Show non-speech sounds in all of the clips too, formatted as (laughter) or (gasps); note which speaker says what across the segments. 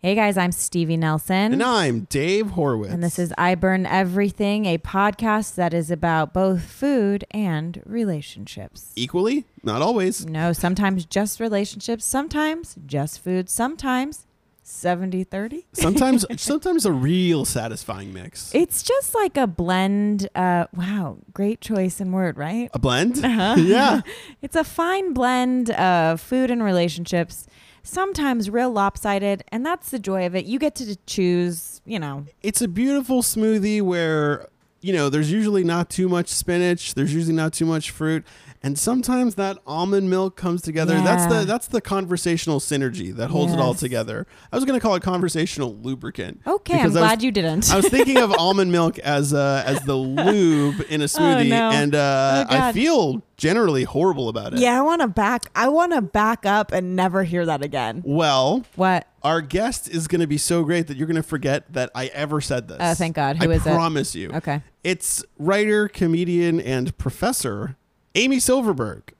Speaker 1: Hey guys, I'm Stevie Nelson.
Speaker 2: And I'm Dave Horwitz.
Speaker 1: And this is I Burn Everything, a podcast that is about both food and relationships.
Speaker 2: equally, not always.
Speaker 1: No, sometimes just relationships, sometimes just food, sometimes 70 30. (laughs)
Speaker 2: Sometimes, sometimes a real satisfying mix.
Speaker 1: It's just like a blend. Uh, wow, great choice in word, right? Uh-huh.
Speaker 2: a
Speaker 1: (laughs)
Speaker 2: blend. (laughs) yeah.
Speaker 1: It's a fine blend of food and relationships, sometimes real lopsided, and that's the joy of it. You get to choose, you know,
Speaker 2: It's a beautiful smoothie where, you know, there's usually not too much spinach, there's usually not too much fruit, and sometimes that almond milk comes together. That's
Speaker 1: Yeah.
Speaker 2: the that's the conversational synergy that holds it all
Speaker 1: Yes.
Speaker 2: together. I was going to call it conversational lubricant.
Speaker 1: Okay,
Speaker 2: because
Speaker 1: I'm
Speaker 2: I was
Speaker 1: glad you didn't.
Speaker 2: I was
Speaker 1: (laughs)
Speaker 2: thinking of almond milk as uh, as the lube in a smoothie,
Speaker 1: Oh, no.
Speaker 2: and uh,
Speaker 1: Oh,
Speaker 2: I
Speaker 1: God.
Speaker 2: feel generally horrible about it.
Speaker 3: Yeah, I want to back. I want to back up and never hear that again.
Speaker 2: Well,
Speaker 1: what?
Speaker 2: our guest is going to be so great that you're going to forget that I ever said this.
Speaker 1: Oh, thank God. Who
Speaker 2: I
Speaker 1: is it?
Speaker 2: promise you.
Speaker 1: Okay.
Speaker 2: It's writer, comedian, and professor Amy Silverberg.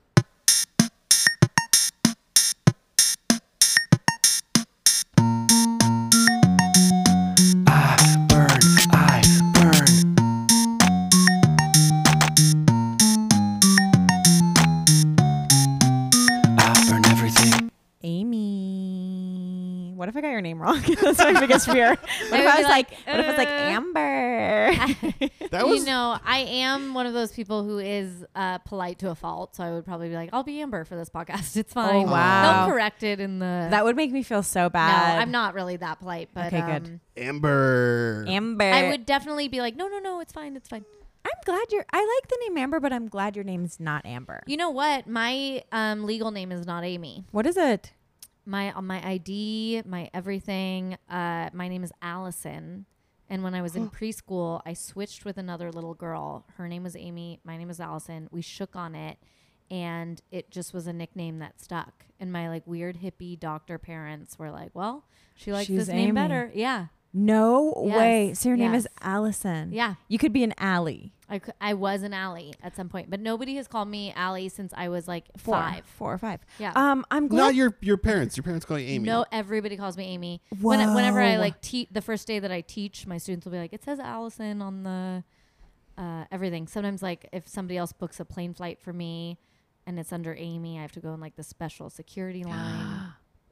Speaker 1: Amy. What if I got your name wrong? (laughs) That's my biggest
Speaker 4: (laughs)
Speaker 1: fear. What if I
Speaker 4: would
Speaker 1: was
Speaker 4: be
Speaker 1: like,
Speaker 4: like,
Speaker 1: what if I was like
Speaker 4: uh, (laughs)
Speaker 1: Amber?
Speaker 2: That was
Speaker 4: you know, I am one of those people who is uh, polite to a fault, so I would probably be like, "I'll be Amber for this podcast. It's
Speaker 2: Oh,
Speaker 4: fine."
Speaker 1: wow.
Speaker 4: They'll correct it in the.
Speaker 1: that would make me feel so
Speaker 4: no,
Speaker 1: bad.
Speaker 4: I'm not really that polite, but
Speaker 1: Okay, good. Eh,
Speaker 4: um,
Speaker 2: Amber.
Speaker 1: Amber.
Speaker 4: I would definitely be like, "No, no, no, it's fine, it's fine."
Speaker 1: I'm glad you're. I like the name Amber, but I'm glad your name's not Amber.
Speaker 4: You know what? My um, legal name is not Amy.
Speaker 1: what is it?
Speaker 4: My on my ID, my everything. Uh, my name is Allison. And when I
Speaker 1: (gasps)
Speaker 4: was in preschool, I switched with another little girl. Her name was Amy. My name was Allison. We shook on it, and it just was a nickname that stuck. And my like weird hippie doctor parents were like, "Well, she likes
Speaker 1: She's
Speaker 4: this name
Speaker 1: Amy.
Speaker 4: better." Yeah,
Speaker 1: No
Speaker 4: Yes,
Speaker 1: way. So your name is
Speaker 4: yes.
Speaker 1: Allison.
Speaker 4: Yeah.
Speaker 1: You could be an Allie.
Speaker 4: I, cou- I was an Allie at some point, but nobody has called me Allie since I was like
Speaker 1: Four.
Speaker 4: five.
Speaker 1: Four or five.
Speaker 4: Yeah.
Speaker 1: Um, I'm glad.
Speaker 2: Not your your parents. Your parents call you Amy.
Speaker 4: No, everybody calls me Amy. When, whenever I
Speaker 1: Whoa.
Speaker 4: like teach, the first day that I teach, my students will be like, "It says Allison on the uh, everything." Sometimes, like if somebody else books a plane flight for me, and it's under Amy, I have to go in like the special
Speaker 2: (gasps)
Speaker 4: security line.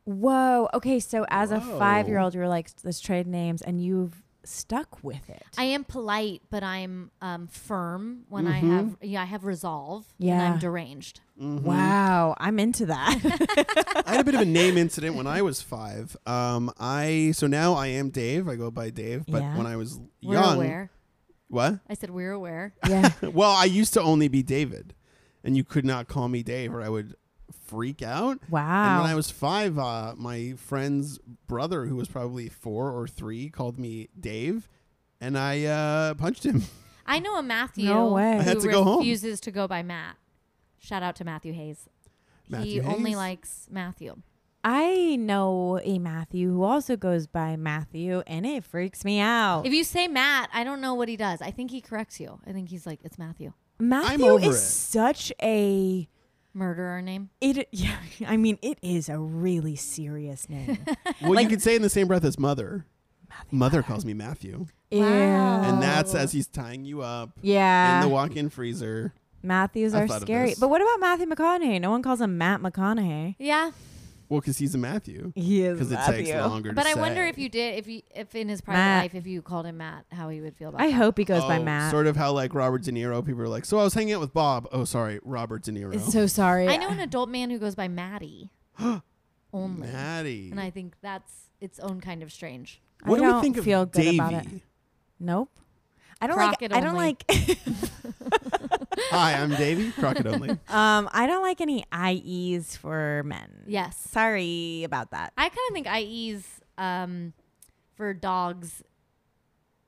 Speaker 1: Whoa. Okay. So as a
Speaker 2: Whoa.
Speaker 1: five year old, you were like, let's trade names, and you've stuck with it.
Speaker 4: I am polite, but I'm um, firm when I
Speaker 2: Mm-hmm.
Speaker 4: have yeah I have resolve. and
Speaker 1: Yeah.
Speaker 4: I'm deranged.
Speaker 1: Wow. I'm into that.
Speaker 2: I (laughs)
Speaker 4: (laughs)
Speaker 2: had a bit of a name incident when I was five. Um, I so now I am Dave. I go by Dave. But
Speaker 1: Yeah.
Speaker 2: when I was
Speaker 4: We're
Speaker 2: young,
Speaker 4: aware.
Speaker 2: what? (laughs)
Speaker 4: I said we're aware.
Speaker 1: yeah.
Speaker 2: Well, I used to only be David, and you could not call me Dave, or I would freak out. And
Speaker 1: Wow.
Speaker 2: when I was five, uh, my friend's brother, who was probably four or three, called me Dave, and I uh,
Speaker 1: (laughs)
Speaker 2: punched him.
Speaker 4: I know a Matthew
Speaker 1: No way. I
Speaker 2: had
Speaker 4: who
Speaker 2: to go home.
Speaker 4: refuses to go by Matt. Shout out to Matthew Hayes. he
Speaker 2: Matthew
Speaker 4: only
Speaker 2: Hayes?
Speaker 4: likes Matthew.
Speaker 1: I know a Matthew who also goes by Matthew, and it freaks me out.
Speaker 4: If you say Matt, I don't know what he does. I think he corrects you. I think he's like, it's Matthew.
Speaker 1: Matthew
Speaker 2: over
Speaker 1: is
Speaker 2: it.
Speaker 1: such a
Speaker 4: Murderer name.
Speaker 1: it. (laughs) Yeah, I mean, it is a really serious
Speaker 4: (laughs)
Speaker 1: name.
Speaker 2: well, you could say in the same breath as mother. Mother calls me Matthew,
Speaker 1: Ew.
Speaker 4: Wow.
Speaker 2: and that's
Speaker 4: Oh.
Speaker 2: as he's tying you up
Speaker 1: yeah,
Speaker 2: in the walk-in freezer.
Speaker 1: Matthews
Speaker 2: I
Speaker 1: are
Speaker 2: thought of
Speaker 1: scary.
Speaker 2: this.
Speaker 1: But what about Matthew McConaughey? No one calls him Matt McConaughey.
Speaker 4: Yeah.
Speaker 2: Well, because he's a Matthew,
Speaker 1: He is
Speaker 2: because it
Speaker 1: Matthew.
Speaker 2: takes longer.
Speaker 4: But
Speaker 2: to
Speaker 4: I wonder
Speaker 2: say.
Speaker 4: if you did, if you, if in his private
Speaker 1: Matt.
Speaker 4: life, if you called him Matt, how he would feel about
Speaker 1: I
Speaker 4: that.
Speaker 1: hope he goes by
Speaker 2: Oh,
Speaker 1: Matt.
Speaker 2: Sort of how like Robert De Niro, people are like, so I was hanging out with Bob. Oh, sorry, Robert De Niro.
Speaker 1: so sorry.
Speaker 4: I know an adult man who goes
Speaker 2: (gasps)
Speaker 4: by Matty only.
Speaker 2: Maddie.
Speaker 4: And I think that's its own kind of strange.
Speaker 2: what
Speaker 1: I
Speaker 2: do we
Speaker 1: don't
Speaker 2: think
Speaker 1: feel
Speaker 2: of
Speaker 1: good
Speaker 2: Davey?
Speaker 1: about it. Nope. I don't
Speaker 4: Crockett
Speaker 1: like. I don't
Speaker 4: only.
Speaker 1: like.
Speaker 2: (laughs) Hi, I'm Davey.
Speaker 4: (laughs)
Speaker 2: Crockett
Speaker 1: (laughs)
Speaker 2: only.
Speaker 1: um, I don't like any IEs for men.
Speaker 4: Yes.
Speaker 1: Sorry about that.
Speaker 4: I kind of think IEs um, for dogs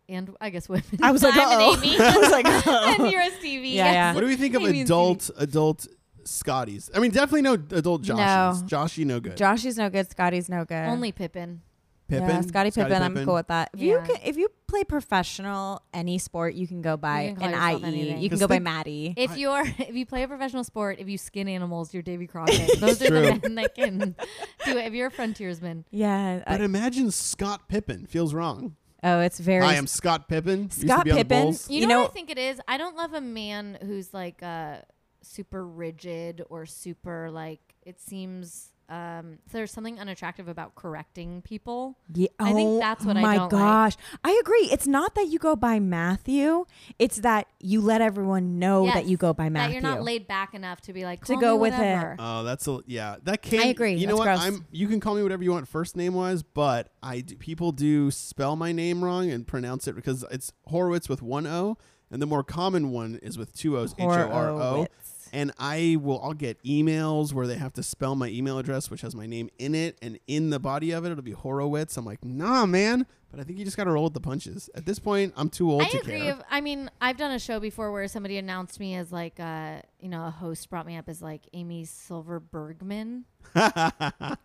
Speaker 4: and I guess women.
Speaker 1: I
Speaker 4: (laughs)
Speaker 1: was like,
Speaker 4: I'm
Speaker 1: "Uh-oh."
Speaker 2: (laughs)
Speaker 4: an Amy.
Speaker 1: I
Speaker 4: (laughs)
Speaker 1: was like, "Uh-oh." (laughs)
Speaker 4: and you're a Stevie.
Speaker 1: Yeah, yeah.
Speaker 2: What do we think of
Speaker 4: He means
Speaker 2: adult adult Scotties? I mean, definitely no adult
Speaker 1: No.
Speaker 2: Joshies. Joshy, no good.
Speaker 1: Josh is no good. Scotty's no good.
Speaker 4: Only Pippin.
Speaker 2: Pippin,
Speaker 1: Yeah, Scotty Pippen. I'm cool with that. If you
Speaker 4: Yeah.
Speaker 1: can, if you play professional any sport you can go by
Speaker 4: You can call
Speaker 1: an
Speaker 4: yourself
Speaker 1: IE.
Speaker 4: anything.
Speaker 1: You can
Speaker 2: 'Cause
Speaker 1: go by
Speaker 2: think-
Speaker 1: Maddie.
Speaker 4: If you're (laughs) if you play a professional sport, if you skin animals, you're
Speaker 1: (laughs)
Speaker 4: Davy Crockett. Those are
Speaker 2: True.
Speaker 4: the men that can do it. If you're a frontiersman,
Speaker 1: yeah.
Speaker 2: But
Speaker 1: I-
Speaker 2: imagine Scott Pippen feels wrong.
Speaker 1: oh, it's very.
Speaker 2: I am Scott Pippen. used to
Speaker 1: Scott
Speaker 2: be on the
Speaker 1: Pippen.
Speaker 2: Bulls.
Speaker 4: you,
Speaker 1: You
Speaker 4: know,
Speaker 1: know-
Speaker 4: what I think it is. I don't love a man who's like uh, super rigid or super like. It seems um, there's something unattractive about correcting people.
Speaker 1: Yeah,
Speaker 4: I think that's what I
Speaker 1: oh my
Speaker 4: don't like.
Speaker 1: gosh. I agree. It's not that you go by Matthew. It's that you let everyone know Oh, that
Speaker 4: Yes,
Speaker 1: you go by Matthew.
Speaker 4: That you're not laid back enough to be like
Speaker 1: To
Speaker 4: "Call
Speaker 1: go
Speaker 4: me
Speaker 1: with it.
Speaker 4: whatever."
Speaker 2: Oh, that's a yeah. That can
Speaker 1: I agree.
Speaker 2: You know
Speaker 1: That's
Speaker 2: what?
Speaker 1: gross.
Speaker 2: I'm. You can call me whatever you want, first name wise, but I do, people do spell my name wrong and pronounce it because it's Horowitz with one O, and the more common one is with two O's, H O R O.
Speaker 1: Horowitz.
Speaker 2: And I will. I'll get emails where they have to spell my email address, which has my name in it, and in the body of it, it'll be Horowitz. I'm like, nah, man. But I think you just got to roll with the punches. At this point, I'm too old
Speaker 4: I
Speaker 2: to
Speaker 4: agree.
Speaker 2: care.
Speaker 4: If, I mean, I've done a show before where somebody announced me as like, uh, you know, a host brought me up as like Amy Silver Bergman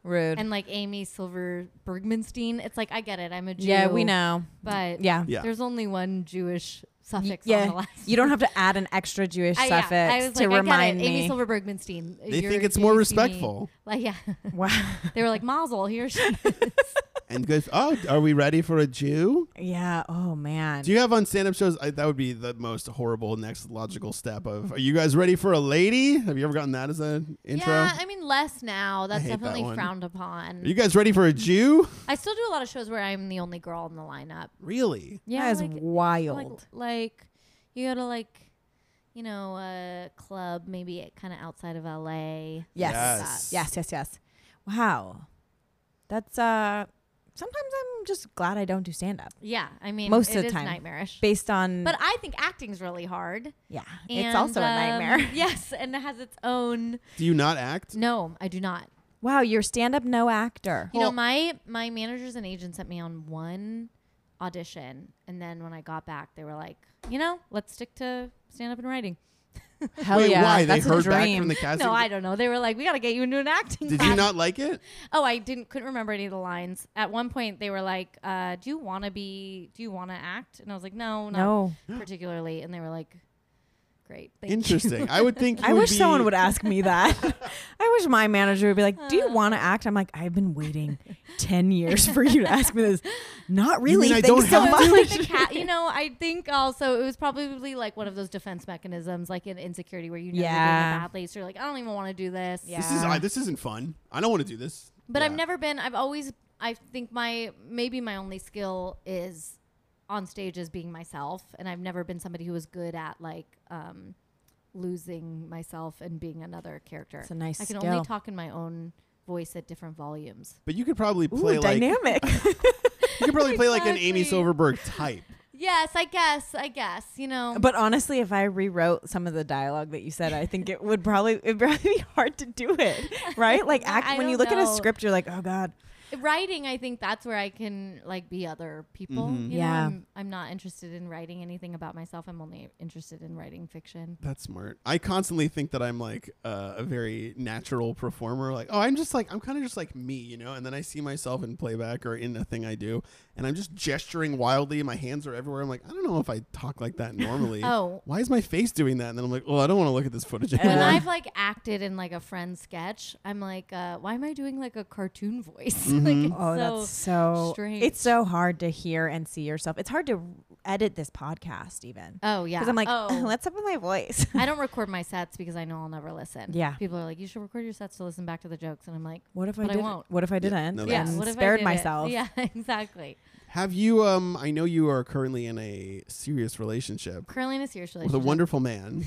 Speaker 1: Rude.
Speaker 4: and like Amy Silver Bergmanstein. It's like I get it. I'm a Jew.
Speaker 1: yeah, we know.
Speaker 4: but
Speaker 1: Yeah.
Speaker 2: Yeah.
Speaker 4: there's only one Jewish suffix on the
Speaker 1: Yeah.
Speaker 4: last.
Speaker 1: You don't have to add an extra Jewish
Speaker 4: (laughs) I- yeah,
Speaker 1: suffix
Speaker 4: I was
Speaker 1: to
Speaker 4: like, I get
Speaker 1: remind
Speaker 4: it.
Speaker 1: me. (laughs)
Speaker 4: Amy Silver Bergmanstein.
Speaker 2: They
Speaker 4: you're-
Speaker 2: think it's
Speaker 4: you
Speaker 2: more
Speaker 4: see me.
Speaker 2: respectful.
Speaker 4: (laughs) Like yeah,
Speaker 1: wow.
Speaker 4: they were like Mazel. Here she. is."
Speaker 2: and goes, oh, are we ready for a Jew?
Speaker 1: Yeah. Oh man.
Speaker 2: Do you have on stand-up shows? I, that would be the most horrible next logical step of. Are you guys ready for a lady? Have you ever gotten that as an (laughs) intro?
Speaker 4: Yeah, I mean less now. That's
Speaker 2: hate that
Speaker 4: definitely
Speaker 2: one.
Speaker 4: frowned upon.
Speaker 2: are you guys ready for a Jew?
Speaker 4: I still do a lot of shows where I'm the only girl in the lineup.
Speaker 2: Really?
Speaker 1: that is
Speaker 4: like,
Speaker 1: wild.
Speaker 4: like you go to like you know a club maybe kind of outside of LA.
Speaker 1: yes. Yes. Yes. Yes. Wow. That's uh. Sometimes I'm just glad I don't do stand up
Speaker 4: Yeah, I mean
Speaker 1: Most
Speaker 4: it
Speaker 1: of the
Speaker 4: is
Speaker 1: time.
Speaker 4: nightmarish.
Speaker 1: based on.
Speaker 4: But I think acting's really hard.
Speaker 1: yeah, it's
Speaker 4: and,
Speaker 1: also a
Speaker 4: um,
Speaker 1: nightmare.
Speaker 4: (laughs) yes, and it has its own.
Speaker 2: Do you not act?
Speaker 4: No, I do not.
Speaker 1: (laughs) Wow, you're stand up no actor.
Speaker 4: You know, my my managers and agents sent me on one audition, and then when I got back, they were like, you know, let's stick to stand up and writing.
Speaker 1: Hell
Speaker 2: Wait,
Speaker 1: yeah,
Speaker 2: why?
Speaker 1: that's
Speaker 2: they
Speaker 1: a
Speaker 2: heard back
Speaker 1: dream.
Speaker 2: from the casting.
Speaker 4: No, I don't know. They were like, we got to get you into an acting.
Speaker 2: Did you
Speaker 4: class."
Speaker 2: not like it?
Speaker 4: Oh, I didn't couldn't remember any of the lines. At one point, they were like, uh, "Do you want to be? Do you want to act?" And I was like, "No, not
Speaker 1: no,
Speaker 4: particularly." And they were like, "Great, thank you."
Speaker 2: Interesting. I would think.
Speaker 1: (laughs)
Speaker 2: You
Speaker 1: I wish
Speaker 2: be-
Speaker 1: someone would ask me that.
Speaker 2: (laughs)
Speaker 1: I wish my manager would be like, "Do you
Speaker 4: Uh.
Speaker 1: want to act?" I'm like, "I've been waiting ten years for you to ask me this." Not really.
Speaker 2: mean I
Speaker 1: Thanks
Speaker 2: don't
Speaker 1: so
Speaker 2: have
Speaker 4: So it was
Speaker 1: much.
Speaker 4: like the cat, you know. I think also it was probably like one of those defense mechanisms, like an insecurity where you know you're
Speaker 1: Yeah.
Speaker 4: doing it badly, so you're like, "I don't even want to do this."
Speaker 1: Yeah.
Speaker 2: This is. I, this isn't fun. I don't want to do this.
Speaker 4: But I've
Speaker 2: Yeah.
Speaker 4: never been. I've always. I think my maybe my only skill is on stage is being myself, and I've never been somebody who was good at like um, losing myself and being another character.
Speaker 1: It's a nice
Speaker 4: I can
Speaker 1: skill.
Speaker 4: only talk in my own voice at different volumes.
Speaker 2: But you could probably play
Speaker 1: Ooh,
Speaker 2: like
Speaker 4: (laughs)
Speaker 1: dynamic.
Speaker 2: you could probably play like an Amy
Speaker 4: Exactly.
Speaker 2: Silverberg type.
Speaker 4: Yes, I guess. I guess you know.
Speaker 1: but honestly, if I rewrote some of the dialogue that you said, I think it would probably it would probably be hard to do it. Right? Like
Speaker 4: (laughs) I-
Speaker 1: act
Speaker 4: I
Speaker 1: when you
Speaker 4: don't
Speaker 1: look at a
Speaker 4: know.
Speaker 1: script, you're like, "Oh God."
Speaker 4: writing, I think that's where I can like be other people.
Speaker 2: Mhm.
Speaker 4: You know,
Speaker 1: Yeah.
Speaker 4: I'm, I'm not interested in writing anything about myself. I'm only interested in writing fiction.
Speaker 2: That's smart. I constantly think that I'm like uh, a very natural performer. Like, oh, I'm just like I'm kind of just like me, you know. And then I see myself in playback or in a thing I do, and I'm just gesturing wildly. My hands are everywhere. I'm like, I don't know if I talk like that normally.
Speaker 4: (laughs) Oh.
Speaker 2: why is my face doing that? And then I'm like, oh, I don't want to look at this footage
Speaker 1: When
Speaker 4: when
Speaker 2: anymore.
Speaker 4: I've like acted in like a friend's sketch, I'm like, uh, why am I doing like a cartoon (laughs) voice? like, it's
Speaker 1: Oh,
Speaker 4: so
Speaker 1: that's so
Speaker 4: strange.
Speaker 1: It's so hard to hear and see yourself. It's hard to edit this podcast even
Speaker 4: oh yeah.
Speaker 1: because I'm like, (laughs)
Speaker 4: oh.
Speaker 1: let's up with my voice. (laughs)
Speaker 4: I don't record my sets because I know I'll never listen.
Speaker 1: Yeah.
Speaker 4: people are like, you should record your sets to listen back to the jokes, and I'm like,
Speaker 1: What if I
Speaker 4: But I
Speaker 1: did?
Speaker 4: won't.
Speaker 1: What if I didn't?
Speaker 2: no,
Speaker 1: and
Speaker 2: Yeah, that's-
Speaker 4: what if I
Speaker 1: spared
Speaker 4: did it?
Speaker 1: myself.
Speaker 4: (laughs) Yeah, exactly.
Speaker 2: Have you? Um, I know you are currently in a serious relationship
Speaker 4: Curling is your
Speaker 2: with
Speaker 4: relationship.
Speaker 2: a wonderful man.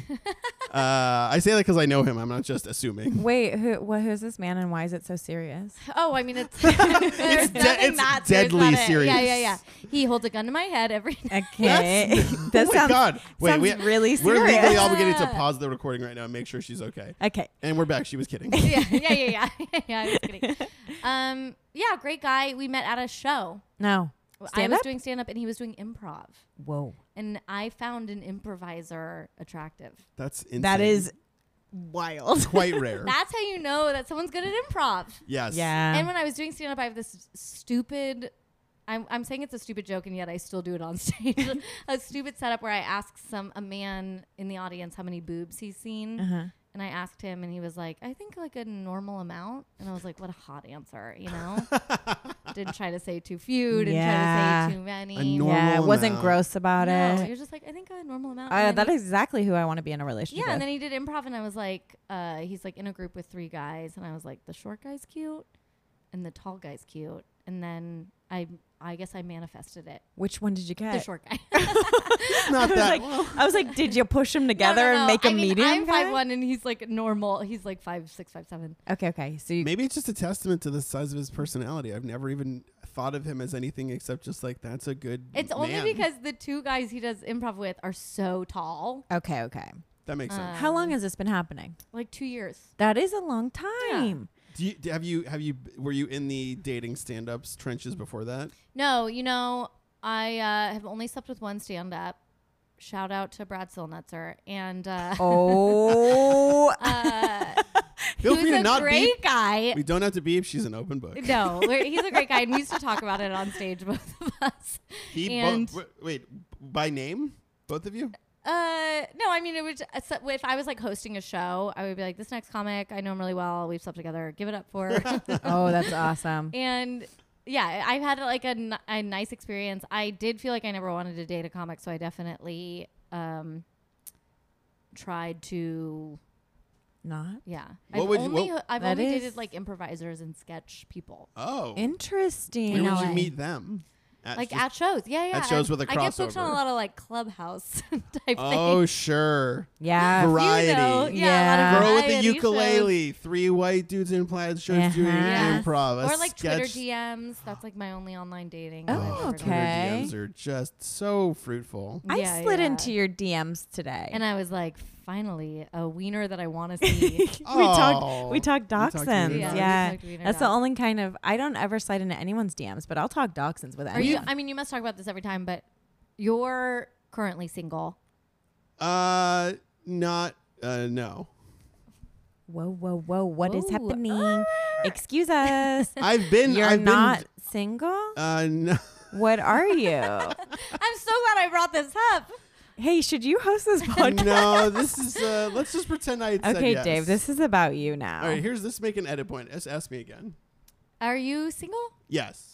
Speaker 2: uh, I say that because I know him. I'm not just assuming.
Speaker 1: Wait, who? What, who's this man, and why is it so serious?
Speaker 4: (laughs) Oh, I mean, it's there's
Speaker 2: de-
Speaker 4: nothing
Speaker 2: it's
Speaker 4: that serious
Speaker 2: deadly
Speaker 4: about it. Yeah, yeah, yeah.
Speaker 2: serious.
Speaker 4: He holds a gun to my head every. (laughs)
Speaker 2: (laughs)
Speaker 1: Okay, that
Speaker 2: oh my
Speaker 1: sounds,
Speaker 2: God! Wait,
Speaker 1: sounds
Speaker 2: we,
Speaker 1: really
Speaker 2: we're legally
Speaker 1: serious.
Speaker 2: obligated to pause the recording right now and make sure she's okay.
Speaker 1: Okay,
Speaker 2: And we're back. She was
Speaker 4: (laughs)
Speaker 2: kidding.
Speaker 4: yeah, yeah, yeah, yeah. yeah, I was kidding. Um, yeah, great guy. We met at a show.
Speaker 1: no,
Speaker 4: I was
Speaker 1: Stand-up?
Speaker 4: doing stand up and he was doing improv.
Speaker 1: whoa,
Speaker 4: And I found an improviser attractive.
Speaker 2: That's insane.
Speaker 1: that is wild.
Speaker 2: quite
Speaker 4: (laughs)
Speaker 2: rare.
Speaker 4: That's how you know that someone's good at improv.
Speaker 2: (laughs) yes.
Speaker 1: Yeah,
Speaker 4: and when I was doing stand up, I have this stupid I'm, I'm saying it's a stupid joke, and yet I still do it on (laughs) stage. a stupid setup where I ask some a man in the audience how many boobs he's seen,
Speaker 1: Uh-huh.
Speaker 4: and I asked him, and he was like, "I think like a normal amount," and I was like, "What a hot answer," you
Speaker 1: (laughs)
Speaker 4: know. didn't try to say too few. Didn't try
Speaker 1: Yeah.
Speaker 4: to say too many.
Speaker 2: A normal
Speaker 1: yeah, it wasn't
Speaker 2: amount.
Speaker 1: gross about
Speaker 4: no,
Speaker 1: it.
Speaker 4: you're just like I think a normal amount.
Speaker 1: Uh,
Speaker 4: and then
Speaker 1: that is exactly who I want to be in a
Speaker 4: Yeah,
Speaker 1: relationship
Speaker 4: and
Speaker 1: with.
Speaker 4: then he did improv, and I was like, uh, he's like in a group with three guys, and I was like, the short guy's cute, and the tall guy's cute, and then I, I guess I manifested it.
Speaker 1: Which one did you get?
Speaker 4: The short guy. (laughs)
Speaker 2: It's not
Speaker 1: I was (laughs)
Speaker 2: that.
Speaker 1: like, (laughs) I was like, did you push them together
Speaker 4: No, no, no.
Speaker 1: and make a
Speaker 4: I mean,
Speaker 1: medium?
Speaker 4: I'm
Speaker 1: guy?
Speaker 4: five one, and he's like normal. He's like five six, five seven.
Speaker 1: Okay, okay. So you,
Speaker 2: (laughs) Maybe it's just a testament to the size of his personality. I've never even thought of him as anything except just like that's a good.
Speaker 4: It's only
Speaker 2: man.
Speaker 4: because the two guys he does improv with are so tall.
Speaker 1: okay, okay.
Speaker 2: that makes sense.
Speaker 1: How
Speaker 4: Um,
Speaker 1: long has this been happening?
Speaker 4: Like two years.
Speaker 1: That is a long
Speaker 4: (laughs)
Speaker 1: time.
Speaker 4: uh,
Speaker 2: Do you, do- have you have you were you in the dating stand-ups trenches before that?
Speaker 4: No, you know, I uh, have only slept with one stand up. Shout out to Brad Silnutzer. And uh, (laughs)
Speaker 1: Oh,
Speaker 4: uh,
Speaker 2: Feel
Speaker 4: he
Speaker 2: free
Speaker 4: was
Speaker 2: to
Speaker 4: a
Speaker 2: not
Speaker 4: great
Speaker 2: beep.
Speaker 4: guy.
Speaker 2: We don't have to beep. She's an open book.
Speaker 4: (laughs) No, we're- he's a great guy. And we used to talk about it on stage, (laughs) both of us.
Speaker 2: He
Speaker 4: And-
Speaker 2: both wait by name, both of you.
Speaker 4: Uh, no, I mean, it would, so if I was like hosting a show, I would be like, this next comic, I know him really well. We've slept together. Give it up
Speaker 2: (laughs)
Speaker 4: for.
Speaker 1: oh, that's awesome.
Speaker 4: and yeah, I've had like a, n- a nice experience. I did feel like I never wanted to date a comic, so I definitely um, tried to.
Speaker 1: Not
Speaker 4: Yeah,
Speaker 2: What
Speaker 4: I've
Speaker 2: would you-
Speaker 4: only
Speaker 2: what-
Speaker 4: I've
Speaker 1: That
Speaker 4: only
Speaker 1: is-
Speaker 4: dated like improvisers and sketch people,
Speaker 2: Oh,
Speaker 1: interesting.
Speaker 2: where
Speaker 4: in
Speaker 2: would you
Speaker 4: LA.
Speaker 2: meet them? At
Speaker 4: like
Speaker 2: just-
Speaker 4: at shows. Yeah, yeah.
Speaker 2: shows
Speaker 4: and
Speaker 2: with a
Speaker 4: I get booked on
Speaker 2: crossover.
Speaker 4: a lot of like clubhouse (laughs) type
Speaker 2: oh
Speaker 4: things.
Speaker 2: sure,
Speaker 1: yeah.
Speaker 2: Var-
Speaker 4: You
Speaker 2: variety.
Speaker 4: know,
Speaker 1: Yeah.
Speaker 4: yeah, a lot of
Speaker 2: girl with the
Speaker 4: variety shows.
Speaker 2: ukulele, three white dudes in plaid shirts doing
Speaker 1: Uh-huh.
Speaker 4: Yeah.
Speaker 2: improv, a
Speaker 4: or like Twitter
Speaker 2: sketch.
Speaker 4: DMs. That's like my only online dating.
Speaker 1: Oh,
Speaker 4: that I've ever
Speaker 1: okay.
Speaker 2: Twitter
Speaker 4: done.
Speaker 2: DMs are just so fruitful.
Speaker 1: I
Speaker 4: Yeah,
Speaker 1: slid
Speaker 4: yeah.
Speaker 1: into your DMs today, (laughs)
Speaker 4: And I was like, finally, a wiener that I want to (laughs) see.
Speaker 1: we
Speaker 2: Oh.
Speaker 1: talked. We talked
Speaker 2: talked to
Speaker 1: dachshunds.
Speaker 2: your
Speaker 1: yeah,
Speaker 2: dogs.
Speaker 4: We talked to your
Speaker 1: that's the
Speaker 4: dogs.
Speaker 1: only kind of. I don't ever slide into anyone's DMs, but I'll talk dachshunds with
Speaker 4: Are you?
Speaker 1: anyone.
Speaker 4: I mean, you must talk about this every time, but you're currently single.
Speaker 2: Uh, not uh,
Speaker 1: (laughs)
Speaker 2: no.
Speaker 1: Whoa, whoa, whoa! What is
Speaker 4: Whoa.
Speaker 1: happening?
Speaker 4: Ah! (gasps)
Speaker 1: Excuse us.
Speaker 2: I've been.
Speaker 1: You're
Speaker 2: I've
Speaker 1: not single.
Speaker 2: Been,
Speaker 1: (laughs)
Speaker 2: uh, (laughs) no.
Speaker 1: What are
Speaker 4: (laughs)
Speaker 1: you?
Speaker 4: I'm so glad I brought this up.
Speaker 1: hey, should you host this podcast?
Speaker 2: (laughs) no, this is. Uh, let's just pretend I had said
Speaker 1: okay,
Speaker 2: yes.
Speaker 1: Dave. This is about you now.
Speaker 2: All right, here's this. Make an edit point. Just ask me again.
Speaker 4: Are you single?
Speaker 2: Yes.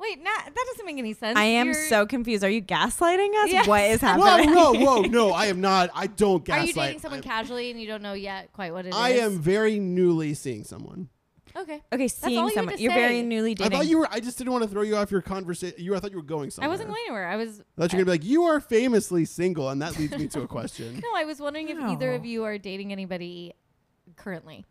Speaker 4: Wait, not, that doesn't make any sense.
Speaker 1: I am
Speaker 4: You're-
Speaker 1: so confused. Are you gaslighting us?
Speaker 4: Yes.
Speaker 1: What is
Speaker 2: Whoa,
Speaker 1: happening?
Speaker 2: whoa, whoa! No, I am not. I don't
Speaker 4: Are
Speaker 2: gaslight.
Speaker 4: you dating someone
Speaker 2: I'm-
Speaker 4: casually and you don't know yet quite what it is?
Speaker 2: I am very newly seeing someone.
Speaker 4: Okay.
Speaker 1: (laughs) Okay,
Speaker 4: all you
Speaker 1: seeing
Speaker 4: had
Speaker 1: someone.
Speaker 4: to
Speaker 1: You're
Speaker 4: say.
Speaker 1: very newly dating.
Speaker 2: I thought you were. I just didn't want to throw you off your conversation. You, I thought you were going somewhere.
Speaker 4: I wasn't going anywhere. I was.
Speaker 2: I thought you were gonna be like, you are famously single, and that leads me to a question.
Speaker 1: (laughs)
Speaker 4: No, I was wondering if either
Speaker 1: No.
Speaker 4: of you are dating anybody currently.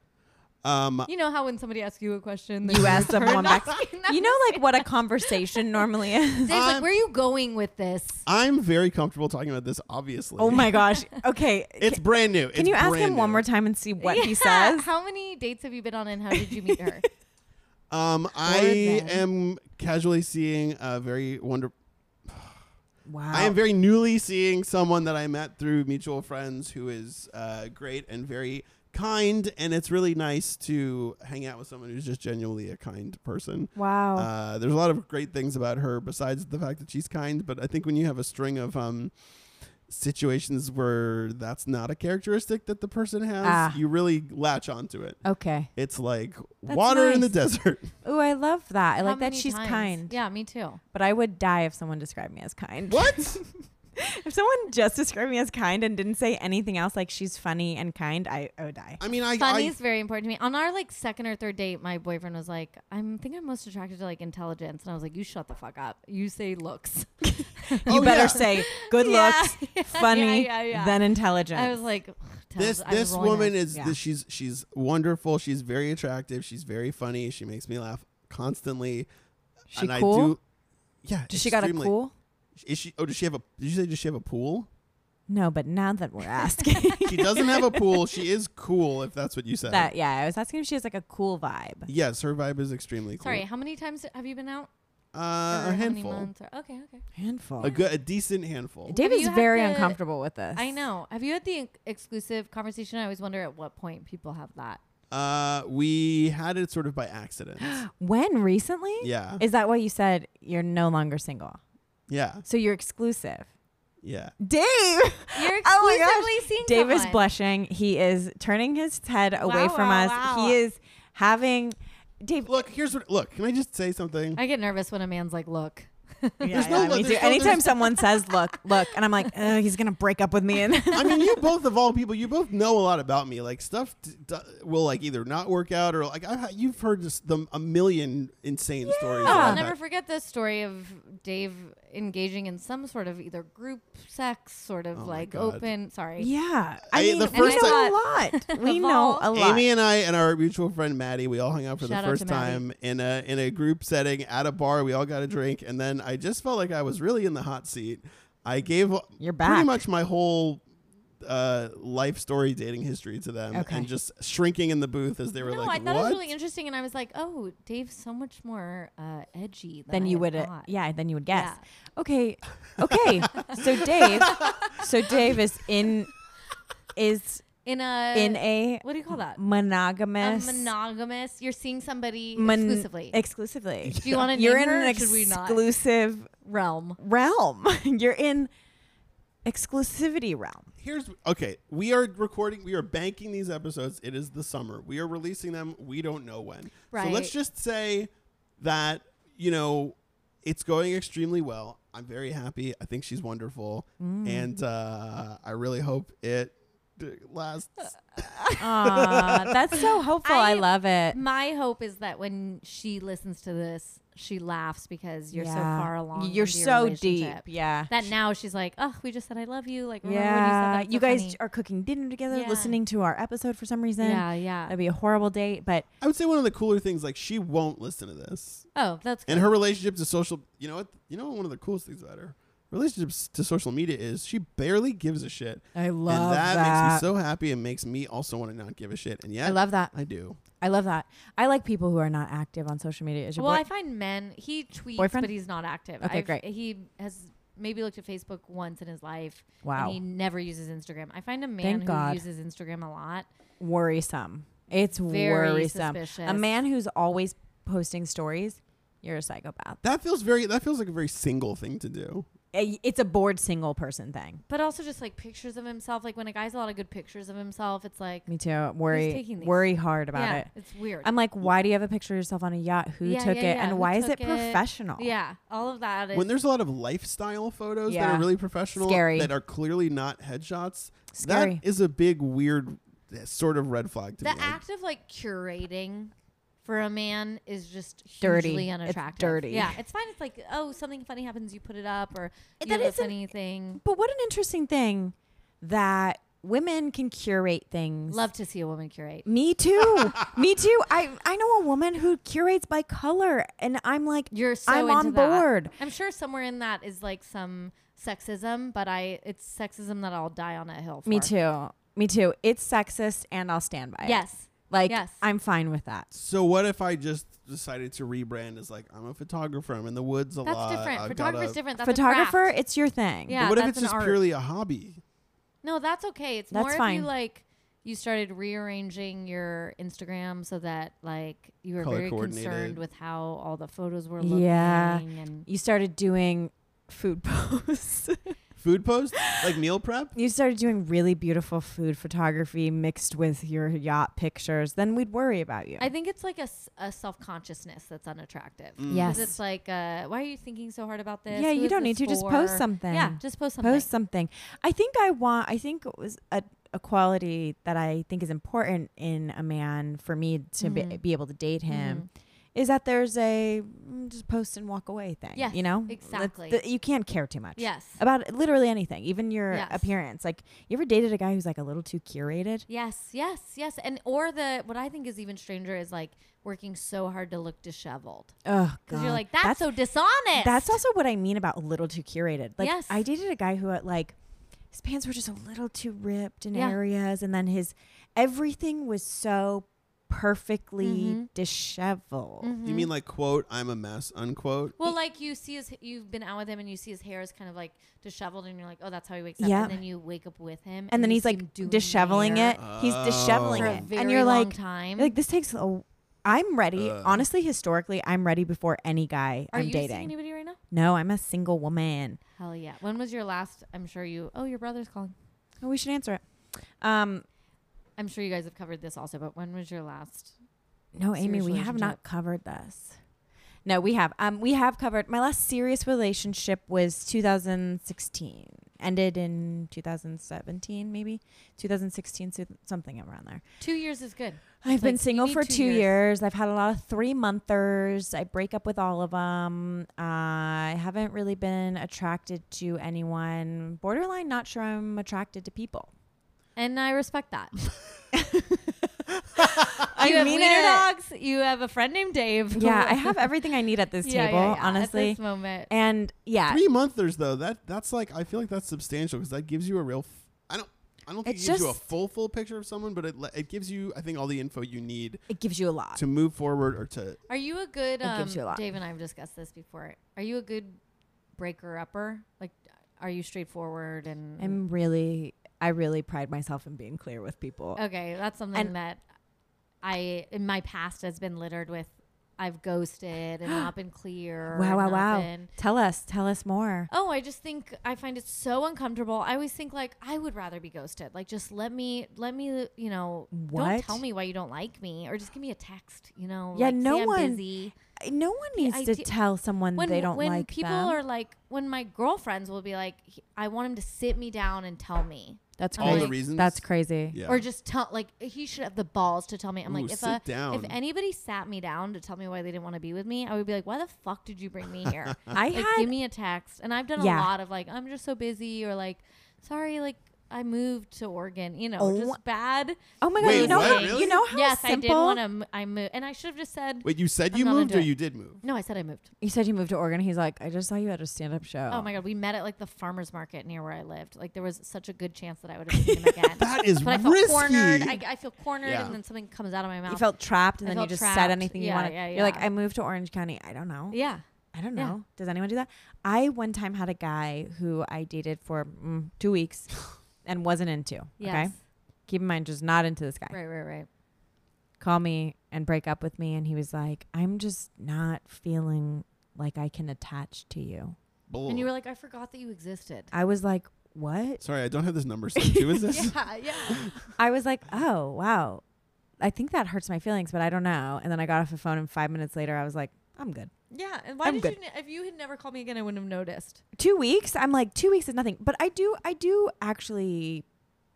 Speaker 2: Um,
Speaker 4: You know how when somebody asks you a question,
Speaker 1: You asked
Speaker 2: (laughs)
Speaker 1: someone back.
Speaker 4: You
Speaker 1: You know, like what
Speaker 4: (laughs)
Speaker 1: a conversation normally
Speaker 2: (laughs)
Speaker 1: is.
Speaker 4: Dave's like,
Speaker 2: I'm-
Speaker 4: where are you going with this?
Speaker 2: I'm very comfortable talking about this. Obviously.
Speaker 1: Oh my gosh. Okay.
Speaker 2: (laughs) It's brand new.
Speaker 1: can you ask him one more time and see what
Speaker 4: (laughs)
Speaker 1: he
Speaker 4: Yeah.
Speaker 1: says?
Speaker 4: How many dates have you been on, and how did you meet her?
Speaker 2: Um, I
Speaker 4: them.
Speaker 2: am casually seeing a very wonderful.
Speaker 1: wow.
Speaker 2: I am very newly seeing someone that I met through mutual friends who is uh, great and very kind, and it's really nice to hang out with someone who's just genuinely a kind person.
Speaker 1: wow.
Speaker 2: Uh, there's a lot of great things about her besides the fact that she's kind, but I think when you have a string of um, situations where that's not a characteristic that the person has,
Speaker 1: Ah.
Speaker 2: you really latch onto it.
Speaker 1: okay.
Speaker 2: It's like
Speaker 1: That's
Speaker 2: water in the
Speaker 1: nice.
Speaker 2: desert. (laughs)
Speaker 1: Oh, I love that. (laughs) I
Speaker 4: How
Speaker 1: like that
Speaker 4: many
Speaker 1: she's
Speaker 4: times?
Speaker 1: kind.
Speaker 4: Yeah, me too.
Speaker 1: But I would die if someone described me as kind.
Speaker 2: what?
Speaker 1: (laughs) If someone just described me as kind and didn't say anything else, like she's funny and kind, I, I would die.
Speaker 2: I mean, I,
Speaker 4: Funny
Speaker 2: I
Speaker 4: is very important to me. On our like second or third date, my boyfriend was like, "I'm think I'm most attracted to like intelligence," and I was like, "You shut the fuck up. You say looks."
Speaker 1: You
Speaker 2: Oh,
Speaker 1: better
Speaker 2: yeah.
Speaker 1: say (laughs) good
Speaker 4: Yeah,
Speaker 1: looks,
Speaker 4: (laughs) yeah,
Speaker 1: funny,
Speaker 4: yeah, yeah.
Speaker 1: then intelligent.
Speaker 4: I was like, "Ugh,
Speaker 2: this
Speaker 4: tells- I was
Speaker 2: this
Speaker 4: rolling
Speaker 2: woman
Speaker 4: my-
Speaker 2: is
Speaker 1: Yeah.
Speaker 2: this, she's she's wonderful. She's very attractive. She's very funny. She makes me laugh constantly.
Speaker 1: She
Speaker 2: and I
Speaker 1: cool?
Speaker 2: do. Yeah.
Speaker 1: does she got a
Speaker 2: extremely.
Speaker 1: cool?
Speaker 2: Is she? Oh, does she have a? Did you say does she have a pool?
Speaker 1: No, but now that we're asking
Speaker 2: (laughs) She doesn't have
Speaker 1: (laughs)
Speaker 2: a pool. She is cool, if that's what you said.
Speaker 1: that, yeah, I was asking if she has like a cool vibe.
Speaker 2: yes, her vibe is extremely cool.
Speaker 4: Sorry, how many times have you been out?
Speaker 2: uh,
Speaker 4: Or how
Speaker 2: a
Speaker 4: many
Speaker 2: handful,
Speaker 4: months or- okay, okay.
Speaker 1: Handful.
Speaker 2: a good, a decent handful.
Speaker 1: Dave
Speaker 4: Have
Speaker 1: is
Speaker 4: you had
Speaker 1: very
Speaker 4: the-
Speaker 1: uncomfortable with this.
Speaker 4: I know. Have you had the ex- exclusive conversation? I always wonder at what point people have that.
Speaker 2: Uh, we had it sort of by
Speaker 4: (gasps)
Speaker 2: accident.
Speaker 1: When recently?
Speaker 2: yeah.
Speaker 1: Is that why you said you're no longer single?
Speaker 2: Yeah.
Speaker 1: So you're exclusive.
Speaker 2: Yeah.
Speaker 1: Dave.
Speaker 4: (laughs) You're exclusively
Speaker 1: (gasps) Oh my gosh.
Speaker 4: seeing
Speaker 1: Dave is
Speaker 4: someone.
Speaker 1: blushing. He is turning his head away
Speaker 4: Wow,
Speaker 1: from
Speaker 4: wow,
Speaker 1: us.
Speaker 4: wow.
Speaker 1: He is having Dave.
Speaker 2: Look, here's what. Look, can I just say
Speaker 4: (laughs)
Speaker 2: something?
Speaker 4: I get nervous when a man's like, "Look."
Speaker 1: Yeah,
Speaker 2: no
Speaker 1: yeah,
Speaker 2: lo-
Speaker 1: me too.
Speaker 2: there's no-
Speaker 1: Anytime
Speaker 2: there's-
Speaker 1: someone says "look, look," and I'm like, Ugh, he's gonna break up with me, (laughs) and
Speaker 2: I mean, you both of all people, you both know a lot about me. Like stuff d- d- will like either not work out or like I've, you've heard just the, a million insane stories.
Speaker 1: I'll
Speaker 4: I'll
Speaker 2: about
Speaker 4: never
Speaker 2: that.
Speaker 4: forget the story of Dave engaging in some sort of either group sex, sort of
Speaker 2: Oh my
Speaker 4: like
Speaker 2: God.
Speaker 4: open. Sorry.
Speaker 1: yeah, I,
Speaker 2: I-
Speaker 1: mean,
Speaker 2: the
Speaker 1: we
Speaker 2: first
Speaker 1: know
Speaker 4: I-
Speaker 1: a lot. We
Speaker 4: Of
Speaker 1: know
Speaker 4: all-
Speaker 1: a lot.
Speaker 2: Amy and I and our mutual friend Maddie, we all hung out for
Speaker 4: Shout
Speaker 2: the
Speaker 4: out
Speaker 2: first
Speaker 4: to Maddie.
Speaker 2: time in a in a group setting at a bar. We all got a drink, and then I just felt like I was really in the hot seat. I gave
Speaker 1: You're
Speaker 2: pretty
Speaker 1: back.
Speaker 2: much my whole uh, life story, dating history to them,
Speaker 1: Okay.
Speaker 2: and just shrinking in the booth as they were
Speaker 4: No,
Speaker 2: like,
Speaker 4: I thought
Speaker 2: "What?"
Speaker 4: it was really interesting, and I was like, "Oh, Dave's so much more uh, edgy than
Speaker 1: then
Speaker 4: I
Speaker 1: you
Speaker 4: had
Speaker 1: would, uh,
Speaker 4: thought.
Speaker 1: yeah, then you would guess. Okay, okay. so Dave, so Dave is in, is
Speaker 4: In a
Speaker 1: in a
Speaker 4: what do you call that? A
Speaker 1: monogamous,
Speaker 4: monogamous. You're seeing somebody
Speaker 1: mon-
Speaker 4: exclusively.
Speaker 1: exclusively.
Speaker 4: do you want to?
Speaker 1: You're
Speaker 4: name
Speaker 1: in
Speaker 4: her,
Speaker 1: an
Speaker 4: or should we not?
Speaker 1: exclusive
Speaker 4: realm.
Speaker 1: realm. (laughs) You're in exclusivity realm. (laughs)
Speaker 2: Here's okay. We are recording. We are banking these episodes. It is the summer. We are releasing them. We don't know when. So let's
Speaker 4: Right.
Speaker 2: just say that you know it's going extremely well. I'm very happy. I think she's wonderful, and uh, I really hope it d- lasts.
Speaker 1: Aw, that's so hopeful. I,
Speaker 4: I-
Speaker 1: love it.
Speaker 4: My hope is that when she listens to this, she laughs because you're so
Speaker 1: Yeah.
Speaker 4: far along.
Speaker 1: You're
Speaker 4: into your
Speaker 1: so deep.
Speaker 4: relationship
Speaker 1: Yeah.
Speaker 4: That now she's like, oh, we just said I love you. Like, remember
Speaker 1: yeah.
Speaker 4: when you said that?
Speaker 1: you
Speaker 4: So
Speaker 1: guys
Speaker 4: funny."
Speaker 1: are cooking dinner together,
Speaker 4: Yeah.
Speaker 1: listening to our episode for some reason.
Speaker 4: yeah, yeah.
Speaker 1: That'd be a horrible date, but
Speaker 2: I would say one of the cooler things, like she won't listen to this,
Speaker 4: Oh, that's good.
Speaker 2: and her relationship to social. You know what? You know one of the coolest things about her relationships to social media is she barely gives a shit.
Speaker 1: I
Speaker 2: and that, makes me so happy and makes me also want to not give a shit. And yeah,
Speaker 1: I love that.
Speaker 2: I do.
Speaker 1: I love that. I like people who are not active on social media. Is your
Speaker 4: well,
Speaker 1: boy-
Speaker 4: I find men. He tweets,
Speaker 1: Boyfriend?
Speaker 4: but he's not active.
Speaker 1: Okay,
Speaker 4: I've-
Speaker 1: great.
Speaker 4: He has maybe looked at Facebook once in his life.
Speaker 1: wow,
Speaker 4: And he never uses Instagram. I find a man
Speaker 1: Thank
Speaker 4: who
Speaker 1: God.
Speaker 4: uses Instagram a lot.
Speaker 1: worrisome. It's
Speaker 4: Very
Speaker 1: worrisome.
Speaker 4: suspicious.
Speaker 1: A man who's always posting stories, you're a psychopath.
Speaker 2: That feels very. That feels like a very single thing to do.
Speaker 1: A- It's a bored single person thing.
Speaker 4: But also just like pictures of himself. Like when a guy's a lot of good pictures of himself, it's like
Speaker 1: Me too. Worry,
Speaker 4: taking these?
Speaker 1: worry hard about
Speaker 4: yeah,
Speaker 1: it.
Speaker 4: It's weird.
Speaker 1: I'm like, why do you have a picture of yourself on a yacht? Who
Speaker 4: Yeah,
Speaker 1: took
Speaker 4: yeah,
Speaker 1: it,
Speaker 4: yeah.
Speaker 1: and
Speaker 4: Who
Speaker 1: why is it
Speaker 4: took it?
Speaker 1: professional?
Speaker 4: yeah, all of that is
Speaker 2: When there's a lot of lifestyle photos that
Speaker 1: Yeah.
Speaker 2: are really professional,
Speaker 1: Scary.
Speaker 2: that are clearly not headshots,
Speaker 1: Scary.
Speaker 2: that is a big weird uh, sort of red flag to
Speaker 4: the
Speaker 2: me. I-
Speaker 4: act of like curating for a man is just
Speaker 1: Dirty.
Speaker 4: hugely
Speaker 1: It's
Speaker 4: unattractive.
Speaker 1: dirty.
Speaker 4: Yeah, it's fine. It's like oh, something funny happens, you put it up, or
Speaker 1: That
Speaker 4: you have a
Speaker 1: isn't-
Speaker 4: funny thing.
Speaker 1: But what an interesting thing that women can curate things.
Speaker 4: Love to see a woman curate.
Speaker 1: Me too. Me too. I I know a woman who curates by color, and I'm like,
Speaker 4: You're so
Speaker 1: I'm
Speaker 4: into
Speaker 1: on
Speaker 4: that.
Speaker 1: board.
Speaker 4: I'm sure somewhere in that is like some sexism, but I it's sexism that I'll die on a hill for.
Speaker 1: Me too. Me too. It's sexist, and I'll stand by it.
Speaker 4: Yes.
Speaker 1: Like,
Speaker 4: Yes.
Speaker 1: I'm fine with that.
Speaker 2: so what if I just decided to rebrand as like I'm a photographer. I'm in the woods a
Speaker 4: That's
Speaker 2: lot.
Speaker 4: different.
Speaker 2: I've got
Speaker 4: Photographer's
Speaker 2: a-
Speaker 4: different. That's a
Speaker 1: Photographer,
Speaker 4: craft.
Speaker 1: it's your thing.
Speaker 4: Yeah.
Speaker 2: But what if
Speaker 4: that's
Speaker 2: it's
Speaker 4: an
Speaker 2: just
Speaker 4: art.
Speaker 2: purely a hobby?
Speaker 4: No, that's okay. It's
Speaker 1: That's
Speaker 4: more if
Speaker 1: fine.
Speaker 4: you like you started rearranging your Instagram so that like you were
Speaker 2: Color
Speaker 4: very
Speaker 2: coordinated.
Speaker 4: concerned with how all the photos were looking.
Speaker 1: Yeah.
Speaker 4: And
Speaker 1: You started doing food posts.
Speaker 2: Food
Speaker 4: (gasps)
Speaker 2: post, like meal prep.
Speaker 1: you started doing really beautiful food photography mixed with your yacht pictures, then we'd worry about you.
Speaker 4: I think it's like a, s- a self consciousness that's unattractive.
Speaker 2: Mm.
Speaker 1: Yes.
Speaker 4: 'Cause It's like, uh, why are you thinking so hard about this?
Speaker 1: Yeah,
Speaker 4: Who
Speaker 1: you
Speaker 4: is
Speaker 1: don't
Speaker 4: this
Speaker 1: need to. Just
Speaker 4: for?
Speaker 1: post something.
Speaker 4: Yeah, just post something.
Speaker 1: post something. I think I want. I think it was a, a quality that I think is important in a man for me to be,
Speaker 4: Mhm.
Speaker 1: be able to date him.
Speaker 4: Mm-hmm.
Speaker 1: Is that there's a mm, just post and walk away thing.
Speaker 4: Yes,
Speaker 1: you know That's
Speaker 4: exactly.
Speaker 1: the- you can't care too much.
Speaker 4: Yes.
Speaker 1: About literally anything, even your
Speaker 4: Yes.
Speaker 1: appearance. Like, you ever dated a guy who's like a little too curated?
Speaker 4: Yes, yes, yes. And or the what I think is even stranger is like working so hard to look disheveled.
Speaker 1: Oh,
Speaker 4: Because you're like, that's, so dishonest.
Speaker 1: That's also what I mean about a little too curated. Like
Speaker 4: Yes.
Speaker 1: I dated a guy who uh, like his pants were just a little too ripped in
Speaker 4: Yeah.
Speaker 1: areas and then his everything was so perfectly
Speaker 4: Mhm.
Speaker 1: disheveled.
Speaker 4: Mm-hmm.
Speaker 2: You mean like quote I'm a mess unquote?
Speaker 4: Well, like you see his, you've been out with him and you see his hair is kind of like disheveled, and you're like, oh, that's how he wakes up.
Speaker 1: Yeah.
Speaker 4: And then you wake up with him,
Speaker 1: And then
Speaker 4: you
Speaker 1: he's
Speaker 4: see him
Speaker 1: like
Speaker 4: doing
Speaker 1: disheveling
Speaker 4: hair
Speaker 1: it. He's disheveling
Speaker 4: for
Speaker 2: Oh.
Speaker 4: a
Speaker 1: it.
Speaker 4: very
Speaker 1: And you're
Speaker 4: long
Speaker 1: like,
Speaker 4: time.
Speaker 1: like this takes a I'm ready. Honestly, historically, I'm ready before any guy
Speaker 4: Are
Speaker 1: I'm
Speaker 4: you seeing
Speaker 1: dating.
Speaker 4: anybody right now?
Speaker 1: no, I'm a single woman.
Speaker 4: Hell yeah. When was your last? I'm sure you. Oh, your brother's calling.
Speaker 1: Oh, we should answer it. Um,
Speaker 4: I'm sure you guys have covered this also, but when was your last?
Speaker 1: no, Amy,
Speaker 4: Serious
Speaker 1: we have
Speaker 4: relationship.
Speaker 1: not covered this. No, we have. Um, we have covered my last serious relationship was 2016. Ended in 2017, maybe 2016, so- something around there.
Speaker 4: Two years is good.
Speaker 1: I've
Speaker 4: Like,
Speaker 1: been
Speaker 4: you
Speaker 1: single
Speaker 4: need
Speaker 1: for
Speaker 4: two
Speaker 1: two years.
Speaker 4: years.
Speaker 1: I've had a lot of three monthers. I break up with all of them. I haven't really been attracted to anyone. Borderline, not sure I'm attracted to
Speaker 4: (laughs)
Speaker 1: people.
Speaker 4: And I
Speaker 1: (laughs)
Speaker 4: respect that.
Speaker 1: I
Speaker 4: you have
Speaker 1: mean
Speaker 4: wiener
Speaker 1: it.
Speaker 4: dogs. You have a friend named Dave. (laughs)
Speaker 1: Yeah, I have everything I need at this
Speaker 4: Yeah, yeah,
Speaker 1: table,
Speaker 4: yeah,
Speaker 1: honestly.
Speaker 4: At this moment.
Speaker 1: and yeah,
Speaker 2: Three monthers though. That that's like I feel like that's substantial because that gives you a real. F- I don't. I don't think
Speaker 1: It's
Speaker 2: it gives you a
Speaker 1: just-
Speaker 2: full full picture of someone, but it le- it gives you I think all the info you need
Speaker 1: it gives you a lot.
Speaker 2: to move forward or to.
Speaker 4: Are you a good?
Speaker 1: It
Speaker 4: Um,
Speaker 1: gives you a lot.
Speaker 4: Dave and I have discussed this before. Are you a good breaker upper? Like, are you straightforward and?
Speaker 1: I'm really, I really pride myself in being clear with people.
Speaker 4: okay, that's something
Speaker 1: And-
Speaker 4: that I in my past has been littered with. I've ghosted and not been
Speaker 1: (gasps)
Speaker 4: clear.
Speaker 1: wow,
Speaker 4: and
Speaker 1: wow,
Speaker 4: not
Speaker 1: wow.
Speaker 4: been-
Speaker 1: Tell us, tell us more.
Speaker 4: Oh, I just think I find it so uncomfortable. I always think like I would rather be ghosted. Like just let me let me, you know, don't
Speaker 1: What?
Speaker 4: tell me why you don't like me or just give me a text, you know.
Speaker 1: Yeah,
Speaker 4: like,
Speaker 1: no
Speaker 4: say I'm
Speaker 1: one-
Speaker 4: busy.
Speaker 1: No one needs to
Speaker 4: idea-
Speaker 1: tell someone they don't
Speaker 4: when
Speaker 1: like
Speaker 4: people
Speaker 1: them.
Speaker 4: are like when my girlfriends will be like "He- I want him to sit me down and tell me
Speaker 1: That's
Speaker 4: I'm
Speaker 2: All
Speaker 1: crazy.
Speaker 2: the
Speaker 4: like-
Speaker 2: reasons.
Speaker 1: That's crazy.
Speaker 2: Yeah.
Speaker 4: or just tell like he should have the balls to tell me. I'm
Speaker 2: Ooh,
Speaker 4: like if
Speaker 2: sit
Speaker 4: a, if
Speaker 2: down.
Speaker 4: anybody sat me down to tell me why they didn't want to be with me, I would be like why the fuck did you bring
Speaker 2: (laughs)
Speaker 4: me here?
Speaker 1: I
Speaker 4: like
Speaker 1: had
Speaker 4: give me a text and i've done
Speaker 1: Yeah.
Speaker 4: a lot of like i'm just so busy or like sorry like i moved to oregon you know
Speaker 1: Oh.
Speaker 4: just bad
Speaker 1: Oh my god,
Speaker 2: Wait,
Speaker 1: you know
Speaker 2: what? Really?
Speaker 1: you know how
Speaker 4: yes i
Speaker 1: simple
Speaker 4: did want to m- i moved and i should have just said
Speaker 2: Wait, you said
Speaker 4: I'm
Speaker 2: you
Speaker 4: not gonna
Speaker 2: moved
Speaker 4: do
Speaker 2: or
Speaker 4: it.
Speaker 2: you did move?
Speaker 4: no i said i moved
Speaker 1: You said you moved to Oregon. He's like, I just saw you at a stand-up show.
Speaker 4: oh my god we met at like the farmers market near where i lived like there was such a good chance that i would have
Speaker 1: (laughs)
Speaker 4: seen him again
Speaker 2: That is
Speaker 4: (laughs) but i felt
Speaker 2: risky.
Speaker 4: cornered I, I feel cornered
Speaker 2: Yeah.
Speaker 4: and then something comes out of my mouth
Speaker 1: You felt trapped, and
Speaker 4: I
Speaker 1: then you
Speaker 4: felt
Speaker 1: just said
Speaker 4: trapped.
Speaker 1: anything you
Speaker 4: Yeah,
Speaker 1: wanted.
Speaker 4: yeah,
Speaker 1: You're like,
Speaker 4: yeah.
Speaker 1: I moved to Orange County. I don't know.
Speaker 4: (laughs) yeah
Speaker 1: I don't
Speaker 4: yeah.
Speaker 1: know. Does anyone do that? I one time had a guy who I dated for mm, two
Speaker 4: (laughs)
Speaker 1: weeks, and wasn't into.
Speaker 4: yes
Speaker 1: Okay, keep in mind, just not into this guy.
Speaker 4: right right right
Speaker 1: Call me and break up with me, and he was like, I'm just not feeling like I can attach to you.
Speaker 2: Bull.
Speaker 4: and you were like i forgot that
Speaker 1: (laughs)
Speaker 4: you existed (laughs)
Speaker 1: I was like, what?
Speaker 2: Sorry, I don't have this number saved. Who is this?
Speaker 4: yeah yeah
Speaker 1: I was like, oh, wow. I think that hurts my feelings, but I don't know. And then I got off the phone, and five minutes later, I was like, I'm good.
Speaker 4: yeah and why
Speaker 1: I'm
Speaker 4: did
Speaker 1: good.
Speaker 4: you ne- if you had never called me again i wouldn't have noticed
Speaker 1: Two weeks? I'm like, two weeks is nothing. But I do, I do actually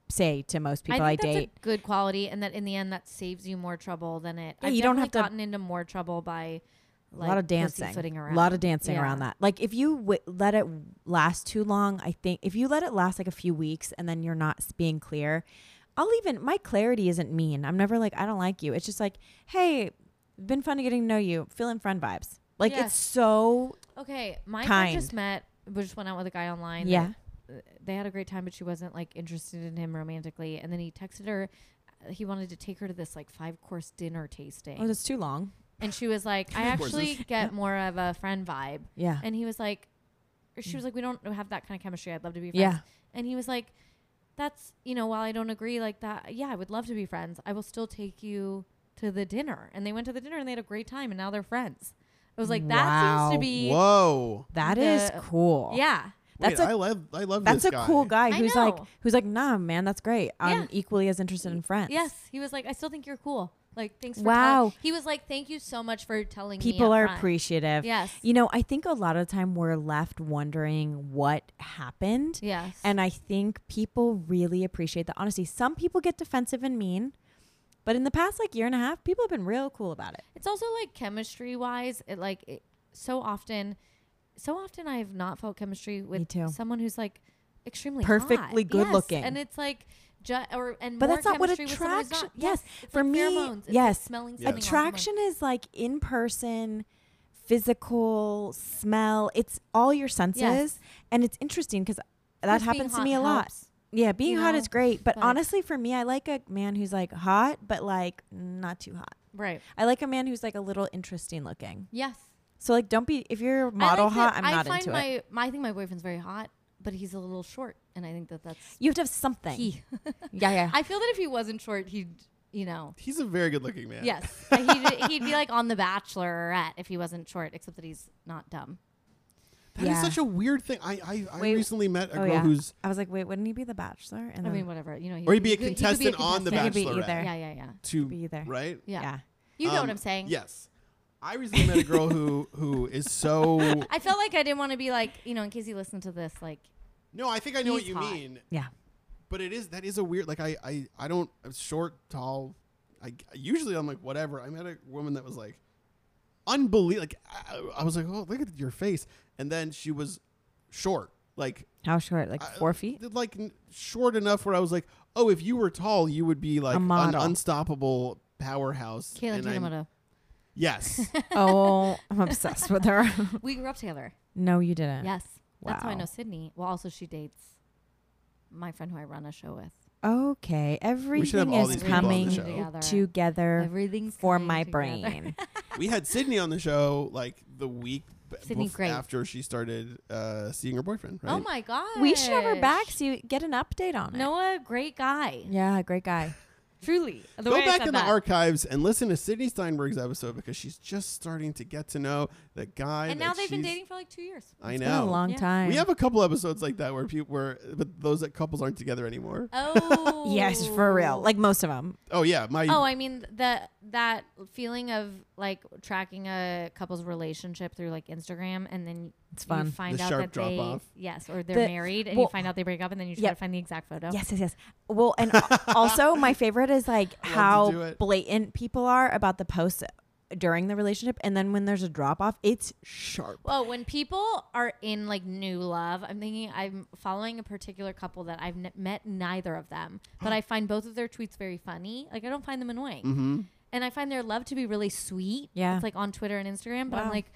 Speaker 1: say to most people I,
Speaker 4: think that's
Speaker 1: date,
Speaker 4: a good quality, and that in the end that saves you more trouble than it.
Speaker 1: Yeah,
Speaker 4: I've
Speaker 1: you don't have
Speaker 4: definitely
Speaker 1: to-
Speaker 4: gotten into more trouble by
Speaker 1: a,
Speaker 4: like,
Speaker 1: lot of dancing,
Speaker 4: pussyfooting
Speaker 1: a
Speaker 4: around.
Speaker 1: lot of dancing around
Speaker 4: Yeah.
Speaker 1: that. Like, if you w- let it last too long, I think if you let it last like a few weeks and then you're not s- being clear, I'll even my clarity isn't mean. I'm never like I don't like you. It's just like, hey, been fun getting to know you, feeling friend vibes. Like
Speaker 4: Yes.
Speaker 1: it's so oh,
Speaker 4: Okay, my
Speaker 1: Kind.
Speaker 4: friend just met, we just went out with a guy online. that,
Speaker 1: Yeah.
Speaker 4: uh, they had a great time, but she wasn't like interested in him romantically. And then he texted her. uh, He wanted to take her to this like five course dinner tasting,
Speaker 1: Oh, that's too long.
Speaker 4: and she was like, "I
Speaker 2: Of course,
Speaker 4: actually
Speaker 1: (laughs)
Speaker 4: get more of a friend vibe."
Speaker 1: Yeah.
Speaker 4: And he was like, or she was like, we don't have that kind of chemistry. I'd love to be friends.
Speaker 1: Yeah.
Speaker 4: And he was like, that's, you know, while I don't agree like that, yeah, I would love to be friends. I will still take you to the dinner. And they went to the dinner and they had a great time and now they're friends. I was like, that seems
Speaker 1: Wow.
Speaker 4: to be,
Speaker 2: Whoa.
Speaker 1: that is
Speaker 4: the-
Speaker 1: cool.
Speaker 4: yeah.
Speaker 1: That's
Speaker 2: Wait, I
Speaker 1: a
Speaker 2: love. I love
Speaker 1: that's
Speaker 2: this
Speaker 1: a
Speaker 2: guy.
Speaker 1: cool guy
Speaker 4: I
Speaker 1: who's like
Speaker 4: know.
Speaker 1: who's like, nah, man, that's great. I'm
Speaker 4: Yeah.
Speaker 1: equally as interested in friends.
Speaker 4: Yes. He was like, I still think you're cool. Like, thanks for
Speaker 1: Wow.
Speaker 4: telling. He was like, thank you so much for telling me.
Speaker 1: People
Speaker 4: up
Speaker 1: are
Speaker 4: front."
Speaker 1: appreciative.
Speaker 4: Yes.
Speaker 1: You know, I think a lot of time we're left wondering what happened.
Speaker 4: Yes.
Speaker 1: And I think people really appreciate the honesty. Some people get defensive and mean, but in the past like year and a half, people have been real cool about it.
Speaker 4: It's also like chemistry wise, it like it, so often, so often I have not felt chemistry with
Speaker 1: Me too.
Speaker 4: someone who's like extremely
Speaker 1: Perfectly
Speaker 4: hot.
Speaker 1: good
Speaker 4: Yes,
Speaker 1: looking.
Speaker 4: and it's like. Ju- or and
Speaker 1: But
Speaker 4: more
Speaker 1: that's not what
Speaker 4: chemistry with someone who's
Speaker 1: attraction-
Speaker 4: Not. Yes,
Speaker 1: yes,
Speaker 4: it's
Speaker 1: for
Speaker 4: like
Speaker 1: me,
Speaker 4: pheromones. It's like
Speaker 1: yes.
Speaker 4: smelling
Speaker 2: Yeah.
Speaker 4: something on someone.
Speaker 1: Attraction is like in person, physical, smell. It's all your senses. And it's interesting because that
Speaker 4: Just being
Speaker 1: happens to
Speaker 4: hot
Speaker 1: me a lot.
Speaker 4: helps.
Speaker 1: Yeah, being
Speaker 4: You
Speaker 1: hot
Speaker 4: know,
Speaker 1: is great, but
Speaker 4: like-
Speaker 1: honestly, for me, I like a man who's like hot, but like not too hot.
Speaker 4: Right.
Speaker 1: I like a man who's like a little interesting looking.
Speaker 4: Yes.
Speaker 1: So like, don't be if you're
Speaker 4: I
Speaker 1: model
Speaker 4: like that-
Speaker 1: hot, I'm
Speaker 4: I
Speaker 1: not
Speaker 4: find
Speaker 1: into
Speaker 4: my,
Speaker 1: it.
Speaker 4: My, I think my boyfriend's very hot, but he's a little short, and I think that that's
Speaker 1: You have to have something.
Speaker 4: key.
Speaker 1: Yeah, yeah.
Speaker 4: I feel that if he wasn't short, he'd you know.
Speaker 2: He's a very good looking man.
Speaker 4: Yes, he'd, he'd be like on The Bachelorette if he wasn't short, except that he's not dumb.
Speaker 2: that is
Speaker 1: Yeah.
Speaker 2: such a weird thing. I I, I
Speaker 1: Wait.
Speaker 2: recently met a
Speaker 1: Oh,
Speaker 2: girl
Speaker 1: yeah.
Speaker 2: who's
Speaker 1: I was like, wait, wouldn't he be the bachelor? And
Speaker 4: I
Speaker 1: then
Speaker 4: mean, whatever you know. He,
Speaker 2: or he'd be a
Speaker 4: he could- he could
Speaker 2: contestant on The
Speaker 1: He could
Speaker 2: Bachelorette.
Speaker 1: be either.
Speaker 4: Yeah, yeah, yeah,
Speaker 2: To
Speaker 1: be either.
Speaker 2: right.
Speaker 4: yeah.
Speaker 1: yeah.
Speaker 4: You know
Speaker 2: Um,
Speaker 4: what I'm saying?
Speaker 2: Yes. I recently met a girl who who
Speaker 1: (laughs)
Speaker 2: is so
Speaker 4: I felt like I didn't want to be like you know, in case he listened to this, like
Speaker 2: No, I think I know what
Speaker 4: He's
Speaker 2: you
Speaker 4: hot.
Speaker 2: mean.
Speaker 1: Yeah.
Speaker 2: But it is that is a weird like I I I don't I'm short, tall. I usually I'm like whatever. I met a woman that was like unbelievable. Like I, I was like, "Oh, look at your face." And then she was short. Like
Speaker 1: How short? Like
Speaker 2: I- uh,
Speaker 1: four
Speaker 4: (laughs)
Speaker 1: feet?
Speaker 2: did, like n- short enough where I was like, "Oh, if you were tall, you would be like an
Speaker 1: model.
Speaker 2: unstoppable powerhouse."
Speaker 4: Kayla
Speaker 2: And I'm-
Speaker 4: Tanimoto.
Speaker 2: Yes.
Speaker 1: oh, I'm obsessed with her.
Speaker 4: (laughs)
Speaker 1: (laughs)
Speaker 4: We grew up together.
Speaker 1: no, you didn't.
Speaker 4: Yes, that's how I
Speaker 1: Wow.
Speaker 4: know Sydney. Well, also she dates my friend who I run a show with.
Speaker 1: Okay.
Speaker 2: should have
Speaker 1: Everything
Speaker 2: all
Speaker 1: is
Speaker 2: these people on the
Speaker 1: coming
Speaker 2: show.
Speaker 4: Together.
Speaker 1: together
Speaker 4: Everything's
Speaker 1: for
Speaker 4: coming
Speaker 1: my
Speaker 4: together.
Speaker 1: brain.
Speaker 2: we had Sydney on the show like the week b-
Speaker 4: Sydney
Speaker 2: bef-
Speaker 4: Grape.
Speaker 2: after she started uh, seeing her boyfriend. Right?
Speaker 4: (laughs) Oh my god.
Speaker 1: we should have her back so you get an update on it.
Speaker 4: Noah, great guy.
Speaker 1: Yeah, great guy.
Speaker 4: Truly. The
Speaker 2: Go
Speaker 4: way I
Speaker 2: back
Speaker 4: said
Speaker 2: in
Speaker 4: that.
Speaker 2: the archives and listen to Sydney Steinberg's episode because she's just starting to get to know the guy.
Speaker 4: And
Speaker 2: that
Speaker 4: now they've been
Speaker 2: she's-
Speaker 4: dating for like two years.
Speaker 2: I
Speaker 1: It's
Speaker 2: know.
Speaker 1: been a long
Speaker 4: Yeah.
Speaker 1: time.
Speaker 2: we have a couple episodes like that where people where but those that couples aren't together anymore.
Speaker 4: Oh.
Speaker 1: yes, for real. Like most of them.
Speaker 2: Oh yeah, my
Speaker 4: Oh, I mean the that feeling of like tracking a couple's relationship through like Instagram, and then
Speaker 1: It's
Speaker 4: you
Speaker 1: fun.
Speaker 4: find
Speaker 2: The
Speaker 4: out
Speaker 2: sharp
Speaker 4: that
Speaker 2: drop
Speaker 4: they
Speaker 2: off.
Speaker 4: yes, or they're
Speaker 1: The-
Speaker 4: married, and
Speaker 1: well,
Speaker 4: you find out they break up, and then you try
Speaker 1: yeah.
Speaker 4: to find the exact photo.
Speaker 1: Yes, yes, yes. Well,
Speaker 2: (laughs)
Speaker 1: and al- also my favorite is like
Speaker 2: to do
Speaker 1: how
Speaker 2: it.
Speaker 1: blatant people are about the posts during the relationship, and then when there's a drop off, it's sharp.
Speaker 4: Well, when people are in like new love, I'm thinking I'm following a particular couple that I've n- met neither of them, but I find both of their tweets very funny. Like I don't find them annoying,
Speaker 2: Mm-hmm.
Speaker 4: and I find their love to be really sweet.
Speaker 1: Mm. Yeah.
Speaker 4: it's like on Twitter and Instagram, but I'm
Speaker 1: Wow.
Speaker 4: like,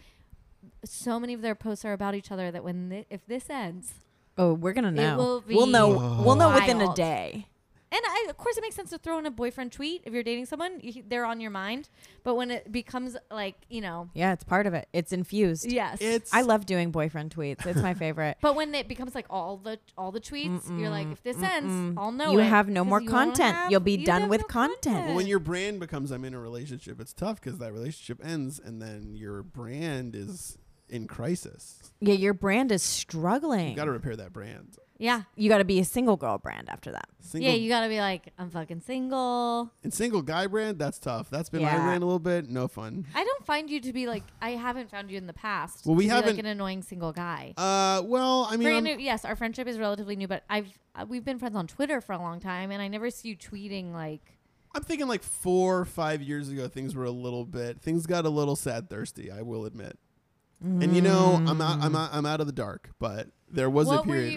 Speaker 4: so many of their posts are about each other that when thi- if this ends,
Speaker 1: Oh, we're gonna know.
Speaker 4: will
Speaker 1: we'll know.
Speaker 4: be
Speaker 1: We'll know within a
Speaker 4: wild.
Speaker 1: day.
Speaker 4: and I, of course it makes sense to throw in a boyfriend tweet if you're dating someone, you, they're on your mind. But when it becomes like you know,
Speaker 1: Yeah, it's part of it. It's infused.
Speaker 4: yes,
Speaker 2: it's
Speaker 1: I love doing boyfriend tweets. It's my favorite.
Speaker 4: But when it becomes like all the all the tweets, you're like, if this ends, I'll know.
Speaker 1: You
Speaker 4: it,
Speaker 1: have no
Speaker 4: 'cause
Speaker 1: more
Speaker 4: you won't
Speaker 1: content. You'll be
Speaker 4: you
Speaker 1: done
Speaker 4: have
Speaker 1: with content.
Speaker 2: Well, when your brand becomes I'm in a relationship, it's tough because that relationship ends and then your brand is in crisis.
Speaker 1: (laughs) yeah, your brand is struggling.
Speaker 2: You got to repair that brand.
Speaker 4: yeah,
Speaker 1: you got to be a single girl brand after that.
Speaker 2: Single
Speaker 4: yeah, you gotta be like, I'm fucking single.
Speaker 2: and single guy brand, that's tough. That's been my
Speaker 1: Yeah.
Speaker 2: brand a little bit. No fun.
Speaker 4: I don't find you to be like. I haven't found you in the past.
Speaker 2: Well, we
Speaker 4: to be,
Speaker 2: haven't-
Speaker 4: like an annoying single guy.
Speaker 2: Uh, well, I mean,
Speaker 4: Brand
Speaker 2: I'm-
Speaker 4: new, yes, our friendship is relatively new, but I've uh, we've been friends on Twitter for a long time, and I never see you tweeting like.
Speaker 2: I'm thinking like four or five years ago, things were a little bit. Things got a little sad thirsty. I will admit. And you know, I'm out. I'm out. I'm out of the dark. But there was
Speaker 4: Mm. what
Speaker 2: a period.
Speaker 4: were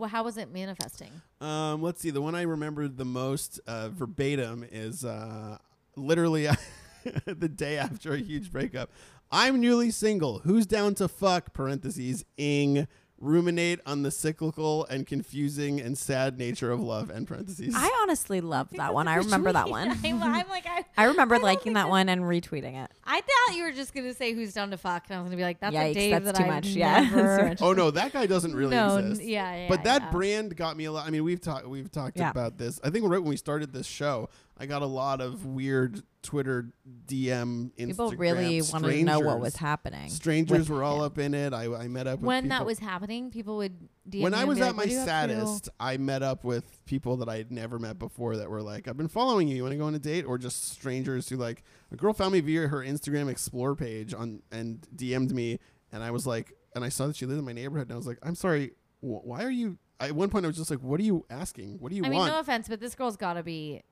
Speaker 4: you? wh- How was it manifesting?
Speaker 2: Um, let's see. The one I remember the most uh, verbatim is uh, literally (laughs) the day after a huge breakup. I'm newly single. Who's down to fuck? Parentheses ing. Ruminate on the cyclical and confusing and sad nature of love. End parentheses.
Speaker 1: (laughs) I honestly love that one. (laughs) I remember
Speaker 4: (laughs)
Speaker 1: that one.
Speaker 4: I'm, I'm like I.
Speaker 1: I remember
Speaker 4: I don't
Speaker 1: liking
Speaker 4: think
Speaker 1: that one and retweeting it.
Speaker 4: I thought you were just gonna say who's down to fuck, and I was gonna be like, that's a
Speaker 1: Yikes,
Speaker 4: day
Speaker 1: that's
Speaker 4: that
Speaker 1: too
Speaker 4: I
Speaker 1: much. Yeah, (laughs) that's too
Speaker 4: (laughs) never.
Speaker 1: much.
Speaker 2: oh no, that guy doesn't really
Speaker 4: no, n-
Speaker 2: exist.
Speaker 4: yeah, yeah.
Speaker 2: But that
Speaker 4: yeah.
Speaker 2: brand got me a lot. I mean, we've talked we've talked
Speaker 1: Yeah.
Speaker 2: about this. I think right when we started this show, I got a lot of weird Twitter DM. Instagram
Speaker 1: People really wanted to know what was
Speaker 2: strangers.
Speaker 1: happening.
Speaker 2: Strangers were all up in it. I, I met up with
Speaker 4: when that
Speaker 2: people-
Speaker 4: was happening, people would DM
Speaker 2: when
Speaker 4: me
Speaker 2: I
Speaker 4: and
Speaker 2: was
Speaker 4: be
Speaker 2: at
Speaker 4: like,
Speaker 2: my
Speaker 4: "What are you up to?"
Speaker 2: saddest. I met up with people that I had never met before that were like, "I've been following you. You want to go on a date?" Or just strangers who like a girl found me via her Instagram Explore page on and DM'd me, and I was like, and I saw that she lived in my neighborhood, and I was like, "I'm sorry, wh- why are you?" At one point, I was just like, "What are you asking? What do you
Speaker 4: I mean,
Speaker 2: want?"
Speaker 4: no offense, but this girl's got to be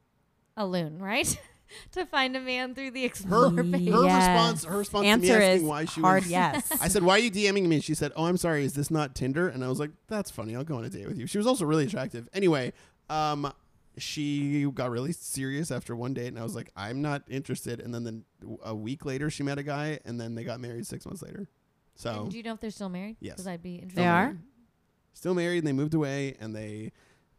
Speaker 4: a loon, right? (laughs) to find a man through the
Speaker 2: her (laughs)
Speaker 4: explorer
Speaker 2: her
Speaker 4: page.
Speaker 1: Yes.
Speaker 2: response her response to
Speaker 1: Answer
Speaker 2: me
Speaker 1: is
Speaker 2: asking why she
Speaker 1: hard
Speaker 2: was
Speaker 1: yes.
Speaker 2: (laughs) I said, "Why are you DMing me?" And she said, "Oh, I'm sorry. Is this not Tinder?" And I was like, "That's funny. I'll go on a date with you." She was also really attractive. Anyway, um, she got really serious after one date, and I was like, "I'm not interested." And then, then a week later, she met a guy, and then they got married six months later. So
Speaker 4: And Do you know if they're still married?
Speaker 2: Yes.
Speaker 4: because I'd be interested.
Speaker 1: they are.
Speaker 2: still married, and they moved away, and they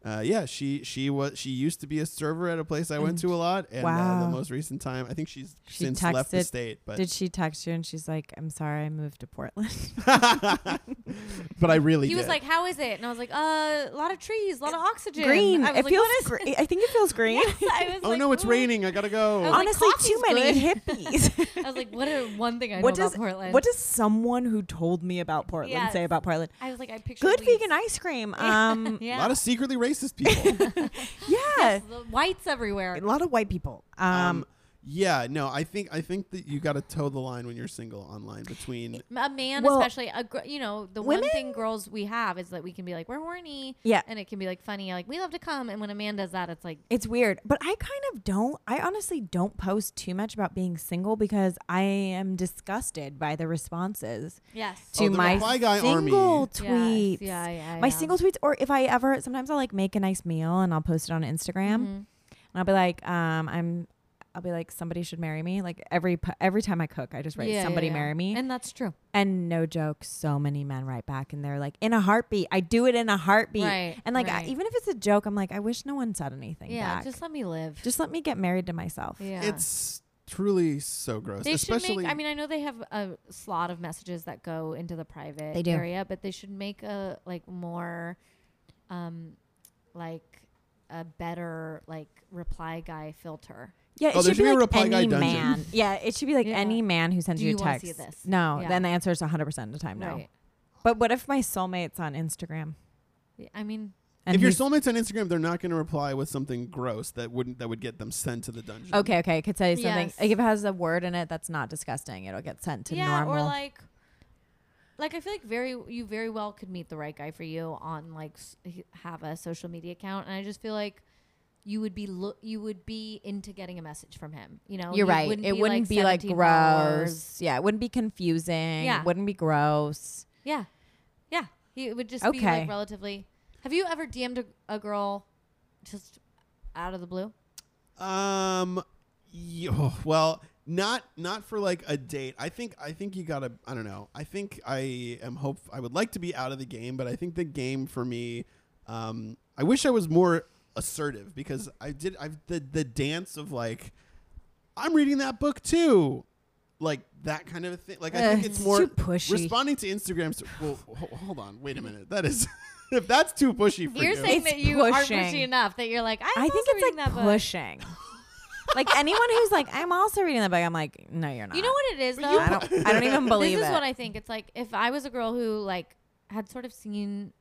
Speaker 2: Uh, yeah, she she was she used to be a server at a place I went to a lot, and uh,
Speaker 1: Wow.
Speaker 2: the most recent time I think she's
Speaker 1: She
Speaker 2: since left the
Speaker 1: texted-
Speaker 2: state. But
Speaker 1: Did (laughs) she text you and she's like, "I'm sorry, I moved to Portland."
Speaker 2: (laughs) but I really
Speaker 4: He was
Speaker 2: did.
Speaker 4: like, "How is it?" And I was like, "Uh, a lot of trees, a lot of oxygen."
Speaker 1: green.
Speaker 4: I was
Speaker 1: It
Speaker 4: like,
Speaker 1: feels.
Speaker 4: "What is-"
Speaker 1: gre-
Speaker 4: (laughs)
Speaker 1: I think it feels green.
Speaker 4: I was
Speaker 2: oh
Speaker 4: like,
Speaker 2: no, it's
Speaker 4: "Ooh."
Speaker 2: raining. I gotta go.
Speaker 4: I was like,
Speaker 1: Honestly, too many
Speaker 4: "Coffee's (laughs)
Speaker 1: hippies. (laughs)
Speaker 4: I was like, "What are one thing I
Speaker 3: What
Speaker 4: know
Speaker 3: does
Speaker 4: about Portland?"
Speaker 3: what does someone who told me about Portland
Speaker 4: Yes.
Speaker 3: say about Portland?
Speaker 4: I was like, "I picture
Speaker 1: Good
Speaker 4: leaves.
Speaker 1: vegan ice cream. Um,
Speaker 4: (laughs) Yeah,
Speaker 2: A lot of secretly racist
Speaker 4: (laughs)
Speaker 2: people.
Speaker 1: yeah,
Speaker 4: the whites everywhere.
Speaker 3: A lot of white people. Um,
Speaker 2: um, yeah, no, I think I think that you got to toe the line when you're single online between.
Speaker 4: A man,
Speaker 1: Well,
Speaker 4: especially, a gr- you know, the one
Speaker 1: women-
Speaker 4: thing girls we have is that we can be like, we're horny,
Speaker 1: Yeah.
Speaker 4: and it can be like funny, like we love to come. And when a man does that, it's like,
Speaker 1: it's weird, but I kind of don't. I honestly don't post too much about being single because I am disgusted by the responses
Speaker 4: yes,
Speaker 1: to
Speaker 2: Oh, the
Speaker 1: my
Speaker 2: reply guy army.
Speaker 1: single
Speaker 4: Oh, Yes,
Speaker 1: tweets.
Speaker 4: yeah, yeah,
Speaker 1: my
Speaker 4: yeah.
Speaker 1: single tweets, or if I ever, sometimes I'll like make a nice meal and I'll post it on Instagram,
Speaker 4: Mm-hmm.
Speaker 1: and I'll be like, um, I'm. I'll be like, somebody should marry me. Like every po- every time I cook, I just write,
Speaker 4: Yeah, yeah,
Speaker 1: somebody
Speaker 4: yeah.
Speaker 1: marry me.
Speaker 4: and that's true.
Speaker 1: And no joke, so many men write back and they're like, in a heartbeat. I do it in a heartbeat.
Speaker 4: Right,
Speaker 1: and like, I-
Speaker 4: right.
Speaker 1: even if it's a joke, I'm like, I wish no one said anything back.
Speaker 4: Yeah, just
Speaker 1: Just,
Speaker 4: let me live.
Speaker 1: let me get married to myself.
Speaker 4: yeah,
Speaker 2: It's truly so gross.
Speaker 4: They
Speaker 2: Especially,
Speaker 4: should make. I mean, I know they have a slot of messages that go into the private
Speaker 1: They do.
Speaker 4: area, but they should make a like more, um, like a better like reply guy filter.
Speaker 1: Yeah, it
Speaker 2: Oh, there
Speaker 1: should
Speaker 2: should
Speaker 1: be
Speaker 2: be a
Speaker 1: like
Speaker 2: reply
Speaker 1: any
Speaker 2: guy dungeon.
Speaker 1: man. Yeah, it should be like
Speaker 4: Yeah.
Speaker 1: any man who sends
Speaker 4: Do
Speaker 1: you a
Speaker 4: you wanna
Speaker 1: text.
Speaker 4: see this?
Speaker 1: No,
Speaker 4: Yeah.
Speaker 1: then the answer is 100% of the time no.
Speaker 4: Right.
Speaker 1: But what if my soulmate's on Instagram?
Speaker 4: Yeah, I mean,
Speaker 1: And
Speaker 2: if your
Speaker 1: he's-
Speaker 2: soulmate's on Instagram, they're not going to reply with something gross that wouldn't that would get them sent to the dungeon.
Speaker 1: Okay, okay, I could tell you something.
Speaker 4: Yes.
Speaker 1: Like if it has a word in it that's not disgusting, it'll get sent to
Speaker 4: yeah,
Speaker 1: normal.
Speaker 4: or like, like I feel like very you very well could meet the right guy for you on like s- have a social media account, and I just feel like. You would be lo- you would be into getting a message from him. You know,
Speaker 1: You're
Speaker 4: You
Speaker 1: right. it wouldn't be like
Speaker 4: 17
Speaker 1: gross.
Speaker 4: followers.
Speaker 1: Yeah, it wouldn't be confusing.
Speaker 4: Yeah.
Speaker 1: wouldn't be gross.
Speaker 4: Yeah. Yeah. He would just be
Speaker 1: Okay.
Speaker 4: like relatively. Have you ever DM'd a, a girl just out of the blue?
Speaker 2: Um, y- oh, well, not not for like a date. I think I think you gotta. I don't know. I think I am hope. I would like to be out of the game, but I think the game for me. Um, I wish I was more assertive because I did. I've the the dance of like, I'm reading that book too. Like that kind of thing. Like I think
Speaker 1: Ugh,
Speaker 2: it's more
Speaker 1: Eh, too pushy.
Speaker 2: Responding to Instagram. st- well, ho- hold on. Wait a minute. That is, (laughs) if that's too pushy for
Speaker 4: You're
Speaker 2: you.
Speaker 4: saying
Speaker 1: It's
Speaker 4: that you aren't
Speaker 1: pushing.
Speaker 4: pushy enough that you're like, I'm
Speaker 1: i think
Speaker 4: also
Speaker 1: it's
Speaker 4: reading
Speaker 1: like
Speaker 4: that book. (laughs)
Speaker 1: pushing. like anyone who's like, I'm also reading that book. I'm like, no, you're not.
Speaker 4: You know what it is though?
Speaker 1: I don't. I don't even believe
Speaker 4: (laughs) this is
Speaker 1: it.
Speaker 4: what I think. It's like if I was a girl who like had sort of seen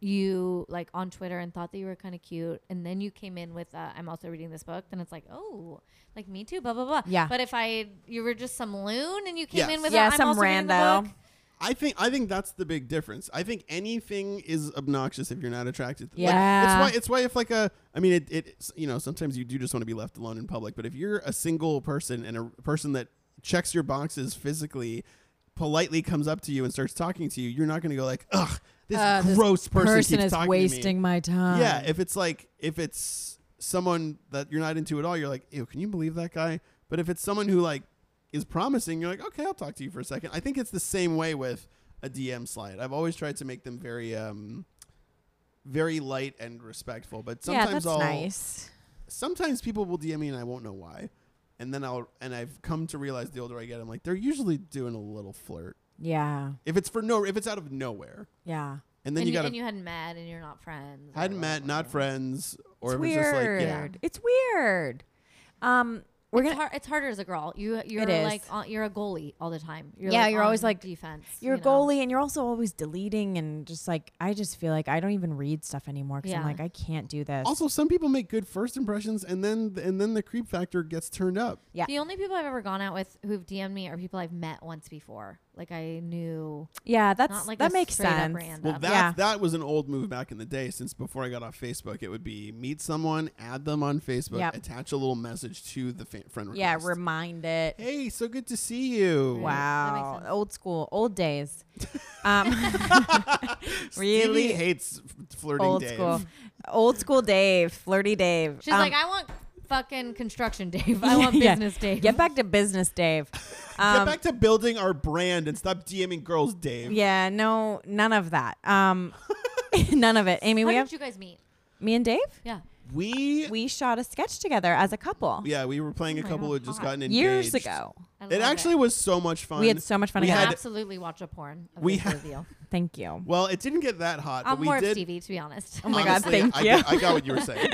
Speaker 4: you like on Twitter and thought that you were kind of cute, and then you came in with uh, "I'm also reading this book," then it's like, oh, like me too, blah blah blah.
Speaker 1: Yeah.
Speaker 4: But if I you were just some loon and you came
Speaker 2: Yes.
Speaker 4: in with
Speaker 1: Yeah,
Speaker 4: a, I'm
Speaker 1: some
Speaker 4: also reading the
Speaker 1: rando.
Speaker 4: book,"
Speaker 2: I think I think that's the big difference. I think anything is obnoxious if you're not attracted. to
Speaker 1: Yeah.
Speaker 2: Like, it's why it's why if like a I mean it, it it's- you know sometimes you do just want to be left alone in public, but if you're a single person and a person that checks your boxes physically politely comes up to you and starts talking to you, you're not going to go like, "Ugh, this
Speaker 1: Uh, this
Speaker 2: gross person,
Speaker 1: person
Speaker 2: keeps
Speaker 1: is
Speaker 2: talking to me."
Speaker 1: wasting my time.
Speaker 2: Yeah, if it's like if it's someone that you're not into at all, you're like, ew, can you believe that guy? But if it's someone who like is promising, you're like, okay, I'll talk to you for a second. I think it's the same way with a DM slide. I've always tried to make them very um very light and respectful. But
Speaker 1: yeah,
Speaker 2: sometimes
Speaker 1: that's
Speaker 2: I'll
Speaker 1: nice.
Speaker 2: sometimes people will DM me and I won't know why. And then I'll and I've come to realize the older I get, I'm like, they're usually doing a little flirt.
Speaker 1: Yeah,
Speaker 2: If it's for no if it's out of nowhere.
Speaker 1: yeah.
Speaker 2: And
Speaker 4: and,
Speaker 2: then
Speaker 4: you,
Speaker 2: you gotta
Speaker 4: and you hadn't met and you're not friends. or
Speaker 2: hadn't
Speaker 4: blah,
Speaker 2: met,
Speaker 4: blah,
Speaker 2: not
Speaker 4: blah.
Speaker 2: friends, or
Speaker 1: it's
Speaker 2: if it's just like
Speaker 1: weird.
Speaker 2: yeah.
Speaker 1: It's weird. Um, we're
Speaker 4: it's,
Speaker 1: gonna.
Speaker 4: har- it's harder as a girl. You you're
Speaker 1: It is.
Speaker 4: like on, you're a goalie all the time. You're
Speaker 1: Yeah,
Speaker 4: like
Speaker 1: you're always
Speaker 4: on
Speaker 1: like-
Speaker 4: defense.
Speaker 1: You're a
Speaker 4: you know?
Speaker 1: goalie, and you're also always deleting, and just like I just feel like I don't even read stuff anymore because I'm
Speaker 4: Yeah.
Speaker 1: like I can't do this.
Speaker 2: Also, some people make good first impressions, and then and then the creep factor gets turned up.
Speaker 1: Yeah.
Speaker 4: (laughs) The only people I've ever gone out with who've DM'd me are people I've met once before. Like I knew
Speaker 1: yeah, that's
Speaker 4: not like
Speaker 1: that
Speaker 4: a
Speaker 1: makes
Speaker 4: straight up
Speaker 1: sense.
Speaker 4: random.
Speaker 2: Well,
Speaker 4: Um,
Speaker 2: that
Speaker 1: yeah.
Speaker 2: that was an old move back in the day. Since before I got off Facebook, it would be meet someone, add them on Facebook,
Speaker 1: Yep.
Speaker 2: attach a little message to the fa- friend request.
Speaker 1: Yeah, remind it.
Speaker 2: hey, so good to see you.
Speaker 4: Right. That makes
Speaker 1: Wow,
Speaker 4: sense.
Speaker 1: old school, old
Speaker 4: (laughs)
Speaker 1: days. Um, (laughs)
Speaker 2: Stevie
Speaker 1: really
Speaker 2: hates f- flirting.
Speaker 1: old
Speaker 2: Dave.
Speaker 1: school, old school Dave, flirty Dave.
Speaker 4: she's
Speaker 1: Um,
Speaker 4: like, I want fucking construction, Dave.
Speaker 1: (laughs)
Speaker 4: I want
Speaker 1: Yeah.
Speaker 4: business, Dave.
Speaker 1: Get back to business,
Speaker 4: (laughs)
Speaker 1: Dave.
Speaker 2: Get
Speaker 1: Um,
Speaker 2: back to building our brand and stop DMing girls, Dave.
Speaker 1: yeah, no, none of that. Um, (laughs) none of it. Amy,
Speaker 4: How
Speaker 1: we
Speaker 4: did
Speaker 1: have
Speaker 4: you guys meet?
Speaker 1: Me and Dave,
Speaker 4: Yeah.
Speaker 2: We,
Speaker 1: we shot a sketch together as a couple
Speaker 2: yeah, we were playing a
Speaker 4: my
Speaker 2: couple
Speaker 4: God,
Speaker 2: who had just
Speaker 4: hot.
Speaker 2: gotten engaged
Speaker 1: Oh years ago.
Speaker 4: I
Speaker 2: It
Speaker 4: love
Speaker 2: actually was so much fun.
Speaker 1: We had so much fun.
Speaker 2: We
Speaker 4: We
Speaker 1: together.
Speaker 2: had-
Speaker 4: absolutely watch a porn. Of
Speaker 2: we
Speaker 4: this
Speaker 2: had-
Speaker 4: reveal.
Speaker 1: Thank you.
Speaker 2: well, it didn't get that hot,
Speaker 4: I'm
Speaker 2: but we
Speaker 4: more of
Speaker 2: did.
Speaker 4: Stevie, to be honest.
Speaker 1: Oh my God,
Speaker 2: Honestly,
Speaker 1: thank
Speaker 2: I
Speaker 1: you.
Speaker 2: Get, I got what you
Speaker 1: (laughs)
Speaker 2: were saying.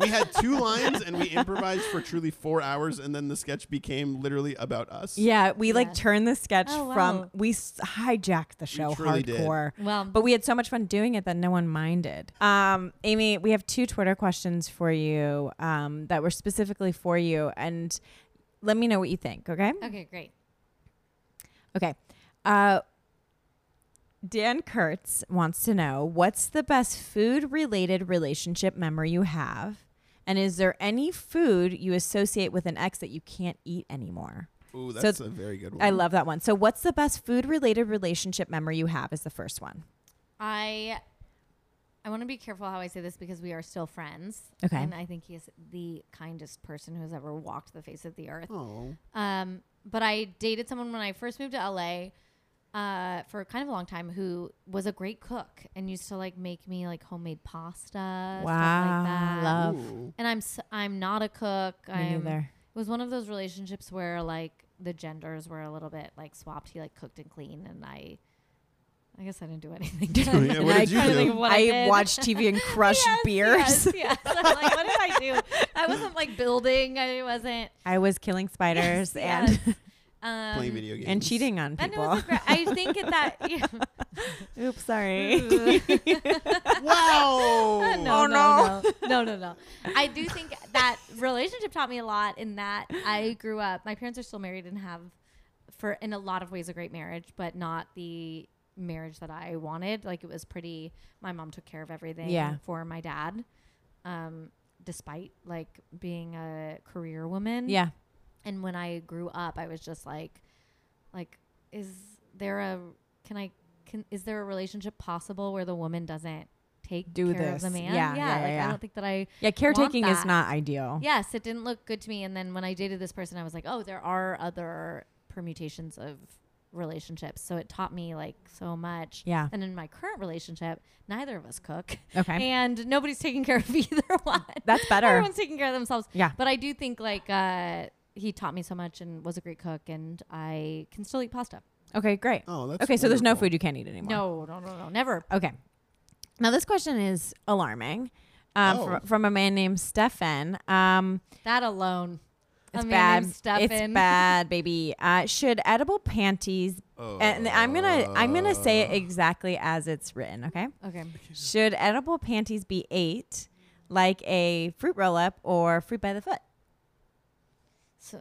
Speaker 2: we had two lines and we improvised for truly four hours, and then the sketch became literally about us.
Speaker 1: Yeah, we like
Speaker 4: Yeah.
Speaker 1: turned the sketch
Speaker 4: Oh, wow.
Speaker 1: from we s- hijacked the show
Speaker 2: truly did.
Speaker 1: hardcore.
Speaker 4: Well,
Speaker 1: But we had so much fun doing it that no one minded. Um, Amy, we have two Twitter questions for you um, that were specifically for you, and let me know what you think. Okay.
Speaker 4: okay, great.
Speaker 1: Okay. Uh, Dan Kurtz wants to know what's the best food related relationship memory you have? And is there any food you associate with an ex that you can't eat anymore?
Speaker 2: Ooh,
Speaker 1: So-
Speaker 2: that's a very good one.
Speaker 1: I love that one. So, what's the best food related relationship memory you have? Is the first one.
Speaker 4: I I want to be careful how I say this because we are still friends.
Speaker 1: Okay.
Speaker 4: And I think he is the kindest person who's ever walked the face of the earth.
Speaker 2: Oh,
Speaker 4: Um, but I dated someone when I first moved to LA uh, for kind of a long time who was a great cook and used to like make me like homemade pasta. Wow.
Speaker 1: Wow, love.
Speaker 2: Ooh.
Speaker 4: And I'm s- I'm not a cook.
Speaker 1: Me
Speaker 4: I'm,
Speaker 1: neither.
Speaker 4: It was one of those relationships where like the genders were a little bit like swapped. He like cooked and cleaned, and I, I guess I didn't do (laughs) anything.
Speaker 2: yeah, what
Speaker 4: I
Speaker 2: did you
Speaker 4: tried to
Speaker 2: do?
Speaker 4: think of what I, did.
Speaker 1: watched TV
Speaker 4: (laughs)
Speaker 1: and crushed
Speaker 4: Yes,
Speaker 1: beers.
Speaker 4: Yes, yes. I'm like, what did I do? I wasn't like building. I wasn't
Speaker 1: I was killing spiders
Speaker 4: (laughs) Yes,
Speaker 1: and
Speaker 4: yes. um,
Speaker 2: playing video games
Speaker 1: and cheating on
Speaker 4: And it
Speaker 1: people.
Speaker 4: was a gra- I think at that. Yeah.
Speaker 1: (laughs) Oops, sorry.
Speaker 2: (laughs)
Speaker 1: (laughs)
Speaker 2: Wow.
Speaker 4: (laughs) no, no, no, no, no, no. I do think that relationship taught me a lot. In that I grew up. My parents are still married and have, for in a lot of ways, a great marriage, but not the marriage that I wanted. Like it was pretty. My mom took care of everything.
Speaker 1: Yeah.
Speaker 4: For my dad, um, despite like being a career
Speaker 1: (laughs)
Speaker 4: woman.
Speaker 1: yeah,
Speaker 4: and when I grew up, I was just like, like, is there a can I can is there a relationship possible where the woman doesn't take
Speaker 1: Do
Speaker 4: care of the
Speaker 1: this.
Speaker 4: man?
Speaker 1: Yeah, yeah,
Speaker 4: like
Speaker 1: yeah, Oh.
Speaker 4: I
Speaker 1: yeah.
Speaker 4: don't think that I.
Speaker 1: yeah. Caretaking is
Speaker 4: that.
Speaker 1: not ideal.
Speaker 4: Yes, it didn't look good to me. And then when I dated this person, I was like, oh, there are other permutations of relationships. So it taught me like so much.
Speaker 1: Yeah.
Speaker 4: And in my current relationship, neither of us cook,
Speaker 1: Okay.
Speaker 4: and nobody's taking care of (laughs) either one.
Speaker 1: That's better.
Speaker 4: Everyone's taking care of themselves.
Speaker 1: Yeah.
Speaker 4: But I do think like uh, he taught me so much and was a great cook, and I can still eat pasta.
Speaker 1: Okay, great.
Speaker 2: Oh, that's
Speaker 1: okay, so there's no
Speaker 2: wonderful.
Speaker 1: food you can't eat anymore.
Speaker 4: No, no, no, no, never.
Speaker 1: Okay. Now this question is alarming. Um,
Speaker 2: Oh.
Speaker 1: fr- from a man named Stefan. Um,
Speaker 4: That alone.
Speaker 1: it's
Speaker 4: a man
Speaker 1: bad.
Speaker 4: named Stefan.
Speaker 1: It's bad, baby. Uh, should edible panties? And I'm gonna I'm gonna say it exactly as it's written. Okay.
Speaker 4: (laughs) Okay.
Speaker 1: Should edible panties be ate like a fruit roll up or fruit by the foot?
Speaker 4: So.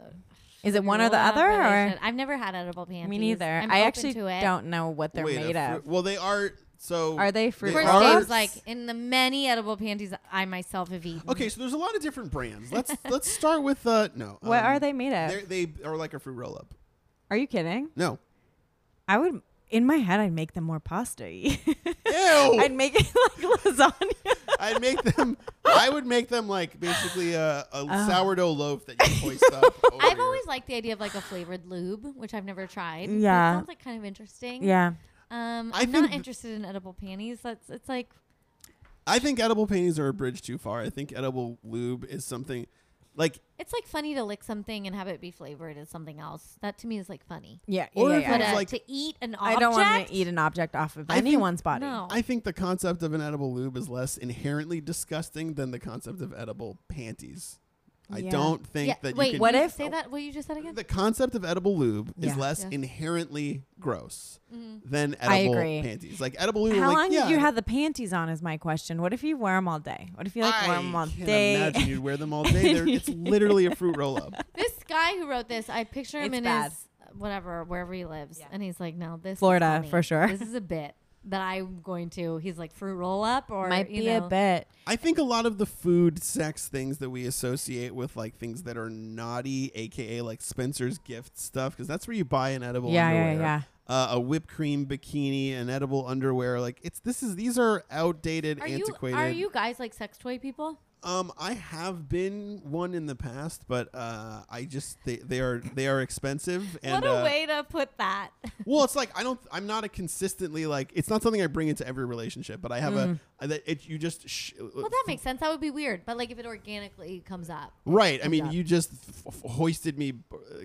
Speaker 1: Is it one or the
Speaker 4: Roll up
Speaker 1: other?
Speaker 4: really
Speaker 1: Or
Speaker 4: should- I've never had edible panties.
Speaker 1: me neither.
Speaker 4: I'm
Speaker 1: I
Speaker 4: open
Speaker 1: actually
Speaker 4: to it.
Speaker 1: don't know what they're
Speaker 2: Wait, a
Speaker 1: made
Speaker 2: fruit-
Speaker 1: of.
Speaker 2: Well, they are. So
Speaker 1: Are they fruit
Speaker 2: They
Speaker 1: roll
Speaker 4: First
Speaker 2: are-
Speaker 4: day
Speaker 1: ups?
Speaker 4: was like in the many edible panties I myself have eaten.
Speaker 2: Okay, so there's a lot of different
Speaker 1: (laughs)
Speaker 2: brands. Let's let's start with uh no.
Speaker 1: What
Speaker 2: um,
Speaker 1: are they made of?
Speaker 2: they're- They are like a fruit roll up.
Speaker 1: Are you kidding?
Speaker 2: No.
Speaker 1: I would in my head I'd make them more pasta (laughs)
Speaker 2: Ew.
Speaker 1: I'd
Speaker 2: I'd,
Speaker 1: make it (laughs) like lasagna.
Speaker 4: (laughs)
Speaker 2: make them. I would make them like basically a, a
Speaker 1: Oh.
Speaker 2: sourdough loaf that you hoist
Speaker 1: (laughs)
Speaker 2: up. over
Speaker 4: I've
Speaker 2: your-
Speaker 4: always liked the idea of like a flavored lube, which I've never tried. That
Speaker 1: Yeah.
Speaker 4: sounds like kind of interesting.
Speaker 1: Yeah.
Speaker 4: um,
Speaker 2: I
Speaker 4: I'm not
Speaker 2: think-
Speaker 4: interested in edible panties. That's it's like
Speaker 2: I think edible panties are a bridge too far. I think edible lube is something like
Speaker 4: it's like funny to lick something and have it be flavored as something else. That to me is like funny.
Speaker 1: Yeah.
Speaker 2: Or
Speaker 1: yeah,
Speaker 2: if
Speaker 1: yeah,
Speaker 2: I
Speaker 4: But
Speaker 2: was
Speaker 1: yeah.
Speaker 4: uh,
Speaker 2: like-
Speaker 4: to eat an
Speaker 1: I
Speaker 4: object,
Speaker 1: don't want to eat an object off of
Speaker 2: I think-
Speaker 1: anyone's body.
Speaker 4: No.
Speaker 2: I think the concept of an edible lube is less inherently disgusting than the concept of edible panties. I
Speaker 1: Yeah.
Speaker 2: don't think
Speaker 4: Yeah,
Speaker 2: that
Speaker 4: wait,
Speaker 2: you can
Speaker 1: What
Speaker 4: you
Speaker 1: if-
Speaker 4: say that? What you just
Speaker 1: (laughs)
Speaker 4: said again?
Speaker 2: the concept of edible lube is
Speaker 1: Yeah. Mm-hmm.
Speaker 2: less
Speaker 4: Yeah.
Speaker 2: inherently gross
Speaker 4: Mhm.
Speaker 2: than
Speaker 1: I
Speaker 2: edible
Speaker 1: agree.
Speaker 2: panties. Like edible lube,
Speaker 1: How
Speaker 2: like,
Speaker 1: long
Speaker 2: yeah,
Speaker 1: did you have the panties on? Is my question. What if you wear them all day? What if you like wear
Speaker 2: I
Speaker 1: them all
Speaker 2: can't
Speaker 1: day? (laughs)
Speaker 2: imagine you'd wear them all day. They're- it's literally a fruit roll up.
Speaker 4: This guy who wrote this, I picture him
Speaker 1: It's
Speaker 4: in
Speaker 1: bad.
Speaker 4: his whatever, wherever he lives,
Speaker 1: Yeah.
Speaker 4: and he's like, "No, this is
Speaker 1: Florida,
Speaker 4: funny.
Speaker 1: for sure.
Speaker 4: This is a bit that I'm going to." He's like, "Fruit roll up," or
Speaker 1: Might
Speaker 4: you
Speaker 1: be a
Speaker 4: know,
Speaker 1: bit.
Speaker 2: I think a lot of the food, sex things that we associate with like things that are naughty, aka like Spencer's gift stuff, because that's where you buy an edible.
Speaker 1: Yeah, yeah,
Speaker 2: underwear.
Speaker 1: yeah.
Speaker 2: Uh, a whipped cream bikini, an edible underwear. Like it's this is these are outdated,
Speaker 4: Are you
Speaker 2: antiquated.
Speaker 4: are you guys like sex toy people?
Speaker 2: Um, I have been one in the past, but uh, I just they, they are they are expensive. And,
Speaker 4: what a
Speaker 2: uh,
Speaker 4: way to put that.
Speaker 2: Well, it's like I don't. I'm not a consistently like. It's not something I bring into every relationship, but I have a. That it you just. Sh-
Speaker 4: Mm. Well, that makes sense. That would be weird. But like if it organically comes up.
Speaker 2: Right. I mean,
Speaker 4: up.
Speaker 2: you just f- f- hoisted me, b-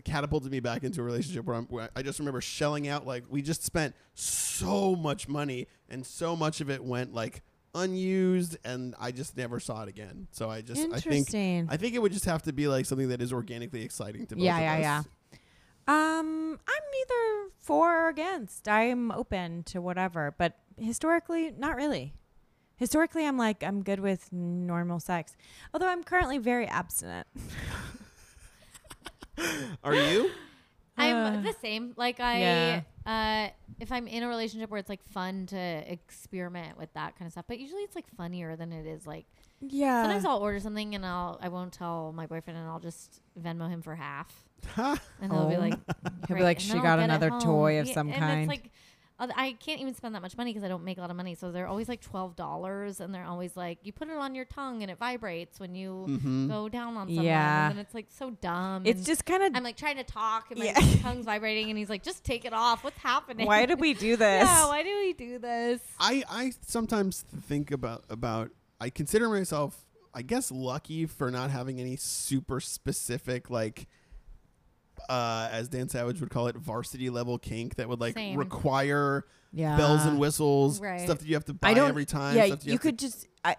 Speaker 2: catapulted me back into a relationship where, I'm, where I just remember shelling out. Like, we just spent so much money, and so much of it went like unused, and I just never saw it again. So I just, I think,
Speaker 1: Interesting.
Speaker 2: I think it would just have to be like something that is organically exciting to both
Speaker 1: yeah,
Speaker 2: of
Speaker 1: yeah,
Speaker 2: us.
Speaker 1: yeah. Um, I'm either for or against. I'm open to whatever, but historically, not really. Historically, I'm like I'm good with normal sex, although I'm currently very abstinent.
Speaker 2: Are you?
Speaker 4: I'm
Speaker 1: Uh,
Speaker 4: the same. Like I,
Speaker 1: yeah.
Speaker 4: uh, if I'm in a relationship where it's like fun to experiment with that kind of stuff, but usually it's like funnier than it is like.
Speaker 1: Yeah.
Speaker 4: Sometimes I'll order something and I'll I won't tell my boyfriend and I'll just Venmo him for
Speaker 1: (laughs)
Speaker 4: half,
Speaker 2: Ha.
Speaker 4: and he'll be
Speaker 1: Oh.
Speaker 4: like,
Speaker 1: (laughs) He'll
Speaker 4: "Great."
Speaker 1: be like,
Speaker 4: And
Speaker 1: she
Speaker 4: then I'll
Speaker 1: got
Speaker 4: get it
Speaker 1: another
Speaker 4: home.
Speaker 1: toy of some
Speaker 4: and
Speaker 1: kind.
Speaker 4: It's like oth- I can't even spend that much money because I don't make a lot of money, so they're always like twelve dollars, and they're always like, you put it on your tongue and it vibrates when you go down on someone,
Speaker 1: Mm-hmm. Yeah.
Speaker 4: and then it's like so dumb.
Speaker 1: it's
Speaker 4: and-
Speaker 1: just kind
Speaker 4: I'm
Speaker 1: of
Speaker 4: like trying to talk and my
Speaker 1: Yeah.
Speaker 4: (laughs)
Speaker 1: (laughs)
Speaker 4: tongue's vibrating and he's like, just take it off. What's happening?
Speaker 1: why did we do this?
Speaker 4: (laughs) Yeah, why do we do this?
Speaker 2: I I sometimes think about about I consider myself I guess lucky for not having any super specific like uh as Dan Savage would call it varsity level kink that would like
Speaker 4: Same.
Speaker 2: require bells and whistles
Speaker 4: Right.
Speaker 2: stuff that you have to buy every time
Speaker 1: Yeah,
Speaker 2: stuff that
Speaker 1: you,
Speaker 2: have to-
Speaker 1: could just I,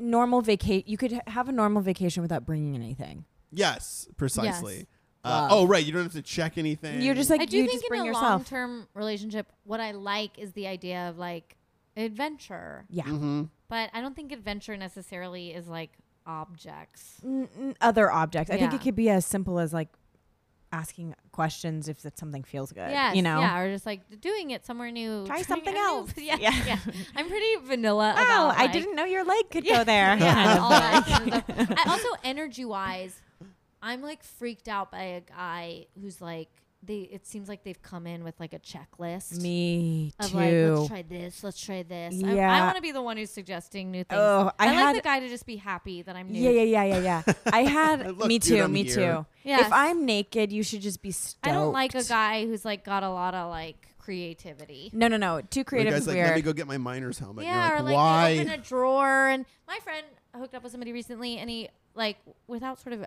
Speaker 1: normal vacation. You could h- have a normal vacation without bringing anything.
Speaker 2: yes precisely
Speaker 4: Yes.
Speaker 2: Uh,
Speaker 1: Love.
Speaker 2: oh right you don't have to check anything
Speaker 1: You're just like
Speaker 4: I do
Speaker 1: you
Speaker 4: think
Speaker 1: just
Speaker 4: in
Speaker 1: bring
Speaker 4: a long
Speaker 1: yourself.
Speaker 4: term relationship, what I like is the idea of like adventure.
Speaker 1: yeah,
Speaker 2: Mhm.
Speaker 4: But I don't think adventure necessarily is like objects.
Speaker 1: N- n- other objects. I think
Speaker 4: Yeah.
Speaker 1: it could be as simple as like asking questions if that something feels good.
Speaker 4: Yeah,
Speaker 1: you know.
Speaker 4: yeah, or just like doing it somewhere new.
Speaker 1: Try
Speaker 4: trying (laughs)
Speaker 1: something
Speaker 4: a new-
Speaker 1: else.
Speaker 4: yeah, yeah,
Speaker 1: Yeah.
Speaker 4: I'm pretty vanilla.
Speaker 1: Oh,
Speaker 4: about,
Speaker 1: I
Speaker 4: like-
Speaker 1: didn't know your leg could
Speaker 4: Yeah.
Speaker 1: go (laughs) there.
Speaker 4: Yeah,
Speaker 1: Kind
Speaker 4: and
Speaker 1: of
Speaker 4: all that
Speaker 1: like- (laughs)
Speaker 4: kind of stuff. I also energy wise, I'm like freaked out by a guy who's like they. It seems like they've come in with like a checklist.
Speaker 1: Me
Speaker 4: Of like, let's
Speaker 1: too.
Speaker 4: try this, let's try this. I, I
Speaker 1: Yeah.
Speaker 4: want to be the one who's suggesting new things.
Speaker 1: Oh,
Speaker 4: I,
Speaker 1: I
Speaker 4: like
Speaker 1: had-
Speaker 4: the guy to just be happy that I'm new.
Speaker 1: Yeah, yeah, yeah, yeah,
Speaker 2: (laughs)
Speaker 1: yeah. I had
Speaker 2: Look,
Speaker 1: me
Speaker 2: dude,
Speaker 1: too,
Speaker 2: I'm
Speaker 1: me
Speaker 2: here.
Speaker 1: too.
Speaker 4: Yes.
Speaker 1: If I'm naked, you should just be stoked.
Speaker 4: I don't like a guy who's like got a lot of like creativity.
Speaker 1: No, no, no. Too
Speaker 2: the
Speaker 1: creative
Speaker 2: guy's
Speaker 1: is
Speaker 2: like
Speaker 1: weird.
Speaker 2: let me go get my miner's helmet
Speaker 4: yeah,
Speaker 2: You're
Speaker 4: or
Speaker 2: like,
Speaker 4: like they open
Speaker 2: why
Speaker 4: a drawer. And my friend hooked up with somebody recently, and he like without sort of,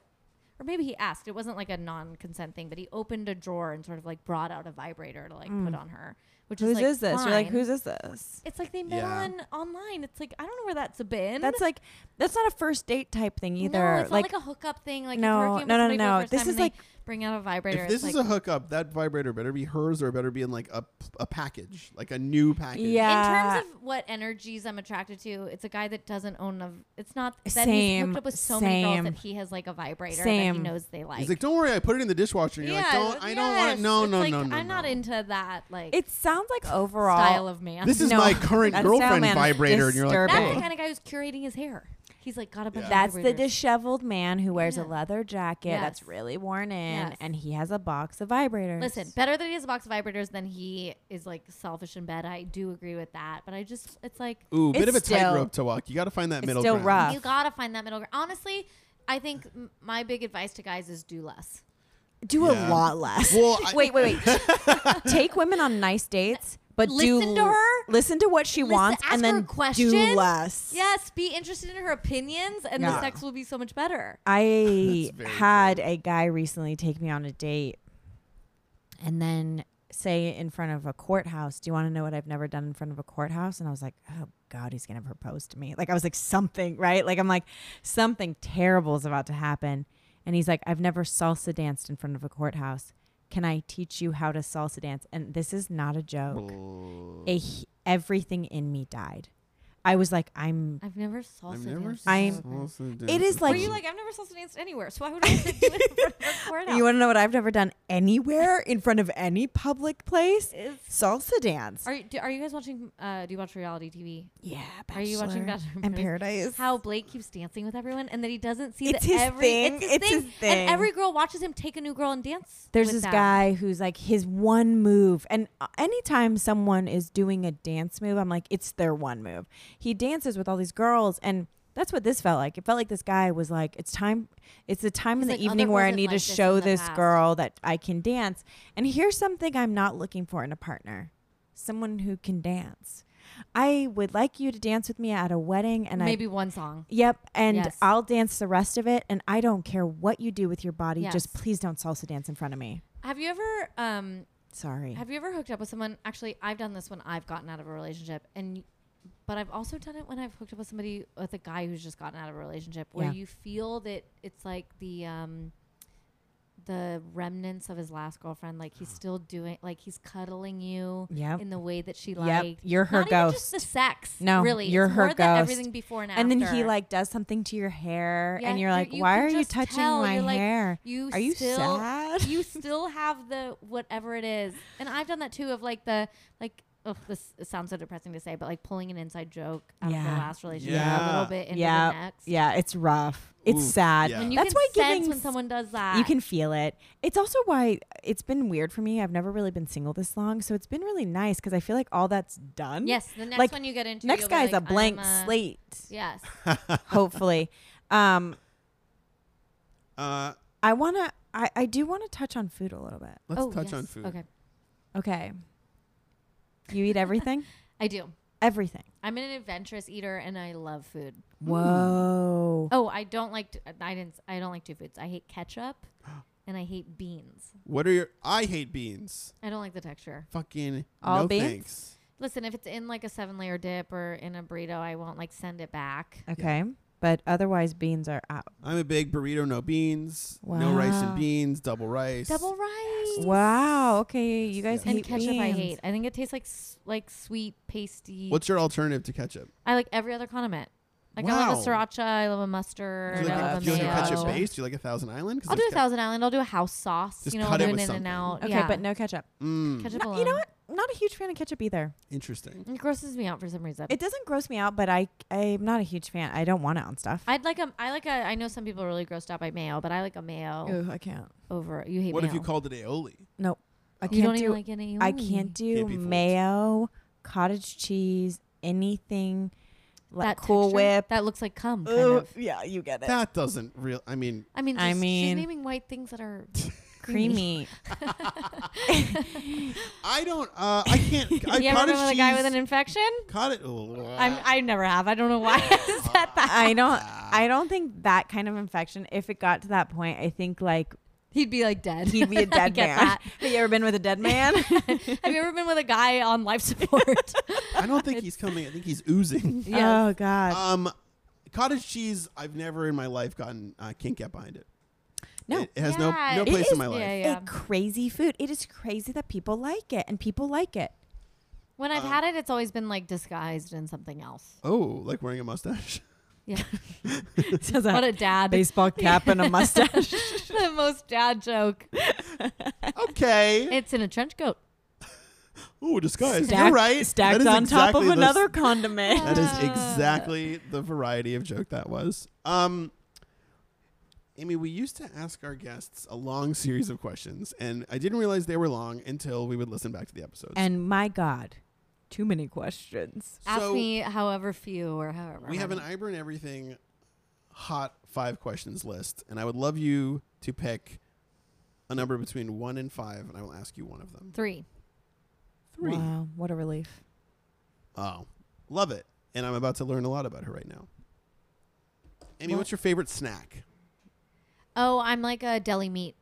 Speaker 4: or maybe he asked. It wasn't like a non-consent thing, but he opened a drawer and sort of like brought out a vibrator to like put on her. Which
Speaker 1: Mm. Whose
Speaker 4: is, like,
Speaker 1: is this? You're like,
Speaker 4: fine.
Speaker 1: who's is this?
Speaker 4: It's like they met
Speaker 2: Yeah.
Speaker 4: on online. It's like I don't know where that's been.
Speaker 1: That's like that's not a first date type thing either.
Speaker 4: No, it's
Speaker 1: like,
Speaker 4: not like a hookup thing. Like
Speaker 1: No,
Speaker 4: if you're working with
Speaker 1: no, no,
Speaker 4: somebody for the
Speaker 1: no.
Speaker 4: first
Speaker 1: This
Speaker 4: time
Speaker 1: is
Speaker 4: and they
Speaker 1: like-
Speaker 4: bring out a vibrator.
Speaker 2: if this
Speaker 4: it's
Speaker 2: is a
Speaker 4: like,
Speaker 2: hookup that vibrator better be hers or it better be in like a, a package like a new package
Speaker 1: Yeah.
Speaker 4: In terms of what energies I'm attracted to, it's a guy that doesn't own a. It's not that he's
Speaker 1: Same,
Speaker 4: hooked up with so many girls
Speaker 1: same.
Speaker 4: that he has like a vibrator that he
Speaker 1: Same.
Speaker 4: knows they like.
Speaker 2: He's like, don't worry, I put it in the dishwasher. And you're like, don't, I don't want
Speaker 4: yes.
Speaker 2: it. No,
Speaker 4: It's
Speaker 2: no,
Speaker 4: like,
Speaker 2: no, no.
Speaker 4: I'm not
Speaker 2: no.
Speaker 4: into that like
Speaker 1: it sounds like overall
Speaker 4: style of man.
Speaker 2: This is
Speaker 1: No,
Speaker 2: my
Speaker 1: (laughs)
Speaker 2: current
Speaker 1: that
Speaker 2: girlfriend
Speaker 1: sound
Speaker 2: vibrator, and you're like,
Speaker 1: disturbing.
Speaker 4: That's
Speaker 2: oh.
Speaker 4: the kind of guy who's curating his hair. He's like got a bunch of
Speaker 1: That's the
Speaker 4: vibrators.
Speaker 1: disheveled man who wears
Speaker 4: Yeah.
Speaker 1: a leather jacket that's
Speaker 4: Yes.
Speaker 1: really worn in,
Speaker 4: Yes.
Speaker 1: and he has a box of vibrators.
Speaker 4: Listen, better that he has a box of vibrators than he is like selfish in bed. I do agree with that, but I just it's like
Speaker 2: ooh, bit
Speaker 1: It's
Speaker 2: of a
Speaker 1: still-
Speaker 2: tightrope to walk. You got to find that
Speaker 1: It's
Speaker 2: middle
Speaker 1: still
Speaker 2: ground.
Speaker 1: rough.
Speaker 4: you gotta find that middle ground. Honestly, I think m- my big advice to guys is do less.
Speaker 2: (laughs)
Speaker 1: do
Speaker 2: Yeah.
Speaker 1: a lot less. (laughs)
Speaker 2: (laughs) Well, I-
Speaker 1: wait, wait, wait. Take women on nice dates, but
Speaker 4: Listen
Speaker 1: do
Speaker 4: to her.
Speaker 1: Listen to what she
Speaker 4: Listen-
Speaker 1: wants,
Speaker 4: ask
Speaker 1: and
Speaker 4: her a
Speaker 1: then
Speaker 4: question.
Speaker 1: do less.
Speaker 4: Yes, be interested in her opinions, and the
Speaker 1: Yeah.
Speaker 4: sex will be so much better.
Speaker 1: I
Speaker 2: That's very
Speaker 1: had a guy recently take me on a date and then say in front of a courthouse, Do you want to know what I've never done in front of a courthouse? And I was like, Oh God, he's going to propose to me. Like, I was like, Something, right? Like, I'm like, Something terrible is about to happen. And he's like, I've never salsa danced in front of a courthouse. Can I teach you how to salsa dance? And this is not a joke. A, he- everything in me died. I was like, I'm.
Speaker 4: I've never salsa
Speaker 2: I've never
Speaker 4: danced.
Speaker 1: I'm- It is
Speaker 4: Were
Speaker 1: like-
Speaker 4: (laughs) you like I've never salsa danced anywhere? So why would I do it
Speaker 1: (laughs)
Speaker 4: in front of a courthouse?
Speaker 1: You want to know what I've never done anywhere in front of any public place?
Speaker 4: It's-
Speaker 1: salsa dance.
Speaker 4: Are you, do, are you guys watching? Uh, do you watch reality TV?
Speaker 1: yeah,
Speaker 4: Are you watching Bachelor in
Speaker 1: and
Speaker 4: Paradise?
Speaker 1: Paradise?
Speaker 4: How Blake keeps dancing with everyone, and that he doesn't see
Speaker 1: It's
Speaker 4: that
Speaker 1: his
Speaker 4: every
Speaker 1: thing.
Speaker 4: It's, his,
Speaker 1: It's
Speaker 4: thing.
Speaker 1: his thing.
Speaker 4: and every girl watches him take a new girl and dance.
Speaker 1: There's
Speaker 4: with
Speaker 1: this
Speaker 4: them.
Speaker 1: guy who's like his one move, and uh, anytime someone is doing a dance move, I'm like, it's their one move. He dances with all these girls, and That's what this felt like. It felt like this guy was like, "It's time. It's the time in
Speaker 4: He's
Speaker 1: the
Speaker 4: like, "Oh,
Speaker 1: evening
Speaker 4: there
Speaker 1: where I
Speaker 4: wasn't
Speaker 1: need to
Speaker 4: like this in
Speaker 1: show
Speaker 4: the
Speaker 1: this
Speaker 4: past."
Speaker 1: girl that I can dance." And here's something I'm not looking for in a partner: someone who can dance. I would like you to dance with me at a wedding, and I
Speaker 4: Maybe one song.
Speaker 1: Yep, and
Speaker 4: Yes.
Speaker 1: I'll dance the rest of it, and I don't care what you do with your body.
Speaker 4: Yes.
Speaker 1: Just please don't salsa dance in front of me.
Speaker 4: Have you ever um
Speaker 1: Sorry.
Speaker 4: have you ever hooked up with someone? Actually, I've done this when I've gotten out of a relationship and but I've also done it when I've hooked up with somebody with a guy who's just gotten out of a relationship where
Speaker 1: Yeah.
Speaker 4: you feel that it's like the um the remnants of his last girlfriend like he's still doing like he's cuddling you
Speaker 1: Yep.
Speaker 4: in the way that she
Speaker 1: Yep,
Speaker 4: liked.
Speaker 1: you're her
Speaker 4: Not even just the sex.
Speaker 1: No,
Speaker 4: really.
Speaker 1: you're
Speaker 4: it's
Speaker 1: her
Speaker 4: more the
Speaker 1: ghost.
Speaker 4: everything before and,
Speaker 1: and then
Speaker 4: after.
Speaker 1: he like does something to your hair,
Speaker 4: Yeah,
Speaker 1: and you're
Speaker 4: you-
Speaker 1: like,
Speaker 4: you
Speaker 1: "Why
Speaker 4: can
Speaker 1: are you
Speaker 4: just
Speaker 1: touching
Speaker 4: tell.
Speaker 1: my
Speaker 4: You're like,
Speaker 1: hair?
Speaker 4: You
Speaker 1: are you
Speaker 4: still,
Speaker 1: sad?
Speaker 4: (laughs) you still have the whatever it is, and I've done that too. Of like the like, oh, this sounds so depressing to say, but like pulling an inside joke out of the
Speaker 1: Yeah.
Speaker 4: last relationship a
Speaker 2: Yeah.
Speaker 4: little bit into
Speaker 1: yeah,
Speaker 4: the next.
Speaker 1: yeah. It's rough. It's
Speaker 2: Oof,
Speaker 1: sad.
Speaker 2: yeah.
Speaker 4: and you
Speaker 1: That's
Speaker 4: can
Speaker 1: why
Speaker 4: sense
Speaker 1: giving
Speaker 4: when someone does that.
Speaker 1: You can feel it. It's also why it's been weird for me. I've never really been single this long, so it's been really nice because I feel like all that's done.
Speaker 4: yes. The next
Speaker 1: like,
Speaker 4: one you get into,
Speaker 1: Next
Speaker 4: you'll be
Speaker 1: guy's
Speaker 4: like,
Speaker 1: a blank
Speaker 4: I'm, uh,
Speaker 1: slate,
Speaker 4: (laughs) Yes,
Speaker 1: hopefully. um,
Speaker 2: Uh,
Speaker 1: I wanna, I, I do want to touch on food a little bit.
Speaker 2: let's
Speaker 4: Oh,
Speaker 2: touch
Speaker 4: yes.
Speaker 2: on food.
Speaker 4: Okay,
Speaker 1: Okay. You eat everything?
Speaker 4: I do.
Speaker 1: everything.
Speaker 4: I'm an adventurous eater, and I love food.
Speaker 1: Whoa.
Speaker 4: Oh, I don't like. t- I didn't. I don't like two foods. I hate ketchup,
Speaker 2: (gasps)
Speaker 4: and I hate beans.
Speaker 2: What are your? I hate beans.
Speaker 4: I don't like the texture.
Speaker 2: Fucking
Speaker 1: All
Speaker 2: no
Speaker 1: beans?
Speaker 2: thanks.
Speaker 4: Listen, if it's in like a seven layer dip or in a burrito, I won't like send it back.
Speaker 1: Okay. But otherwise, beans are out.
Speaker 2: I'm a big burrito, no beans, no rice and
Speaker 1: Wow.
Speaker 2: beans, double rice.
Speaker 4: Double rice.
Speaker 1: Wow. Okay. You guys
Speaker 2: Yes.
Speaker 4: And
Speaker 1: hate
Speaker 4: ketchup, I
Speaker 1: beans.
Speaker 4: hate. I think it tastes like s- like sweet pasty.
Speaker 2: What's your alternative to ketchup?
Speaker 4: I like every other condiment. Like I love a
Speaker 2: Wow.
Speaker 4: sriracha. I love a
Speaker 2: Do
Speaker 4: mustard.
Speaker 2: you
Speaker 1: no,
Speaker 4: I
Speaker 2: like,
Speaker 4: love
Speaker 2: a,
Speaker 4: a
Speaker 2: do you like a
Speaker 4: mayo.
Speaker 2: ketchup base? Do you like a Thousand Island? 'Cause
Speaker 4: I'll do
Speaker 2: it's
Speaker 4: a
Speaker 2: got-
Speaker 4: thousand island. I'll do a house sauce.
Speaker 2: Just
Speaker 4: you know,
Speaker 2: cut
Speaker 4: I'll
Speaker 2: it
Speaker 4: do
Speaker 2: with
Speaker 4: an in
Speaker 2: something.
Speaker 4: and out.
Speaker 1: Okay,
Speaker 4: yeah.
Speaker 1: but no ketchup.
Speaker 2: Mm,
Speaker 4: ketchup
Speaker 1: No,
Speaker 4: alone.
Speaker 1: you know what? Not a huge fan of ketchup either.
Speaker 2: interesting.
Speaker 4: It grosses me out for some reason.
Speaker 1: It doesn't gross me out, but I I'm not a huge fan. I don't want it on stuff.
Speaker 4: I'd like a. I like a. I know some people are really grossed out by mayo, but I like a mayo
Speaker 1: Ugh, I can't.
Speaker 4: over. You hate
Speaker 2: What
Speaker 4: mayo.
Speaker 2: if you called it aioli?
Speaker 1: I
Speaker 4: You
Speaker 1: can't
Speaker 4: don't
Speaker 1: do.
Speaker 4: even like any.
Speaker 1: I can't do
Speaker 2: Can't be fooled.
Speaker 1: mayo, cottage cheese, anything like
Speaker 4: that
Speaker 1: Cool
Speaker 4: texture
Speaker 1: Whip.
Speaker 4: That looks like cum. Kind
Speaker 1: Ugh,
Speaker 4: of.
Speaker 1: yeah, you get it.
Speaker 2: That doesn't real. I
Speaker 4: (laughs)
Speaker 2: mean,
Speaker 4: I mean,
Speaker 1: I
Speaker 4: just- she's
Speaker 1: mean-
Speaker 4: naming white things
Speaker 2: (laughs)
Speaker 4: that (laughs) are (laughs)
Speaker 1: Creamy.
Speaker 2: I don't. Uh, I
Speaker 4: (laughs)
Speaker 2: can't. I,
Speaker 4: you ever
Speaker 2: cottage
Speaker 4: remember the guy with
Speaker 2: cheese-
Speaker 4: an infection?
Speaker 2: cottage. oh,
Speaker 4: I'm, I never have. I don't know (laughs) why I said that.
Speaker 1: I don't. I don't think that kind of infection. If it got to that point, I think like
Speaker 4: He'd be
Speaker 1: (laughs)
Speaker 4: like dead.
Speaker 1: He'd be a
Speaker 4: I
Speaker 1: dead
Speaker 4: get
Speaker 1: man. Have you ever been with a dead man?
Speaker 4: (laughs) that. have you ever been with a guy on life (laughs) support? Uh,
Speaker 2: I don't think he's coming. I think he's
Speaker 4: (laughs)
Speaker 2: oozing.
Speaker 1: Oh God.
Speaker 2: Um, cottage cheese. I've never in my life gotten. I can't get behind it.
Speaker 1: No.
Speaker 2: it has
Speaker 4: Yeah,
Speaker 2: no no
Speaker 4: it
Speaker 2: place
Speaker 1: is-
Speaker 2: in my life.
Speaker 4: yeah,
Speaker 1: A crazy food. It is crazy that people like it, and people like
Speaker 2: (laughs)
Speaker 1: it.
Speaker 4: When I've
Speaker 2: Um,
Speaker 4: had it, it's always been like disguised in something else.
Speaker 2: Oh, like wearing a mustache. (laughs)
Speaker 4: Yeah.
Speaker 1: Says
Speaker 4: what
Speaker 1: a
Speaker 4: a dad. (laughs)
Speaker 1: baseball cap and a mustache.
Speaker 4: the most dad joke.
Speaker 2: Okay.
Speaker 4: It's in a trench coat.
Speaker 2: Oh, disguise.
Speaker 1: Stacked-
Speaker 2: You're right.
Speaker 1: Stacked
Speaker 2: That is
Speaker 1: on top
Speaker 2: exactly
Speaker 1: of
Speaker 2: the-
Speaker 1: another condiment.
Speaker 2: That is
Speaker 4: Ah.
Speaker 2: exactly the variety of joke that was. Um, Amy, we used to ask our guests a long series of questions, and I didn't realize they were long until we would listen back to the episodes.
Speaker 1: And my God, too many questions.
Speaker 4: Ask
Speaker 2: So-
Speaker 4: me however few or however.
Speaker 2: We have an
Speaker 4: many.
Speaker 2: Iburn Everything hot five questions list, and I would love you to pick a number between one and five, and I will ask you one of them.
Speaker 4: three.
Speaker 2: Three.
Speaker 1: Wow, what a relief.
Speaker 2: Oh, love it. And I'm about to learn a lot about her right now. Amy,
Speaker 4: What?
Speaker 2: what's your favorite snack?
Speaker 4: Oh, I'm like a deli meat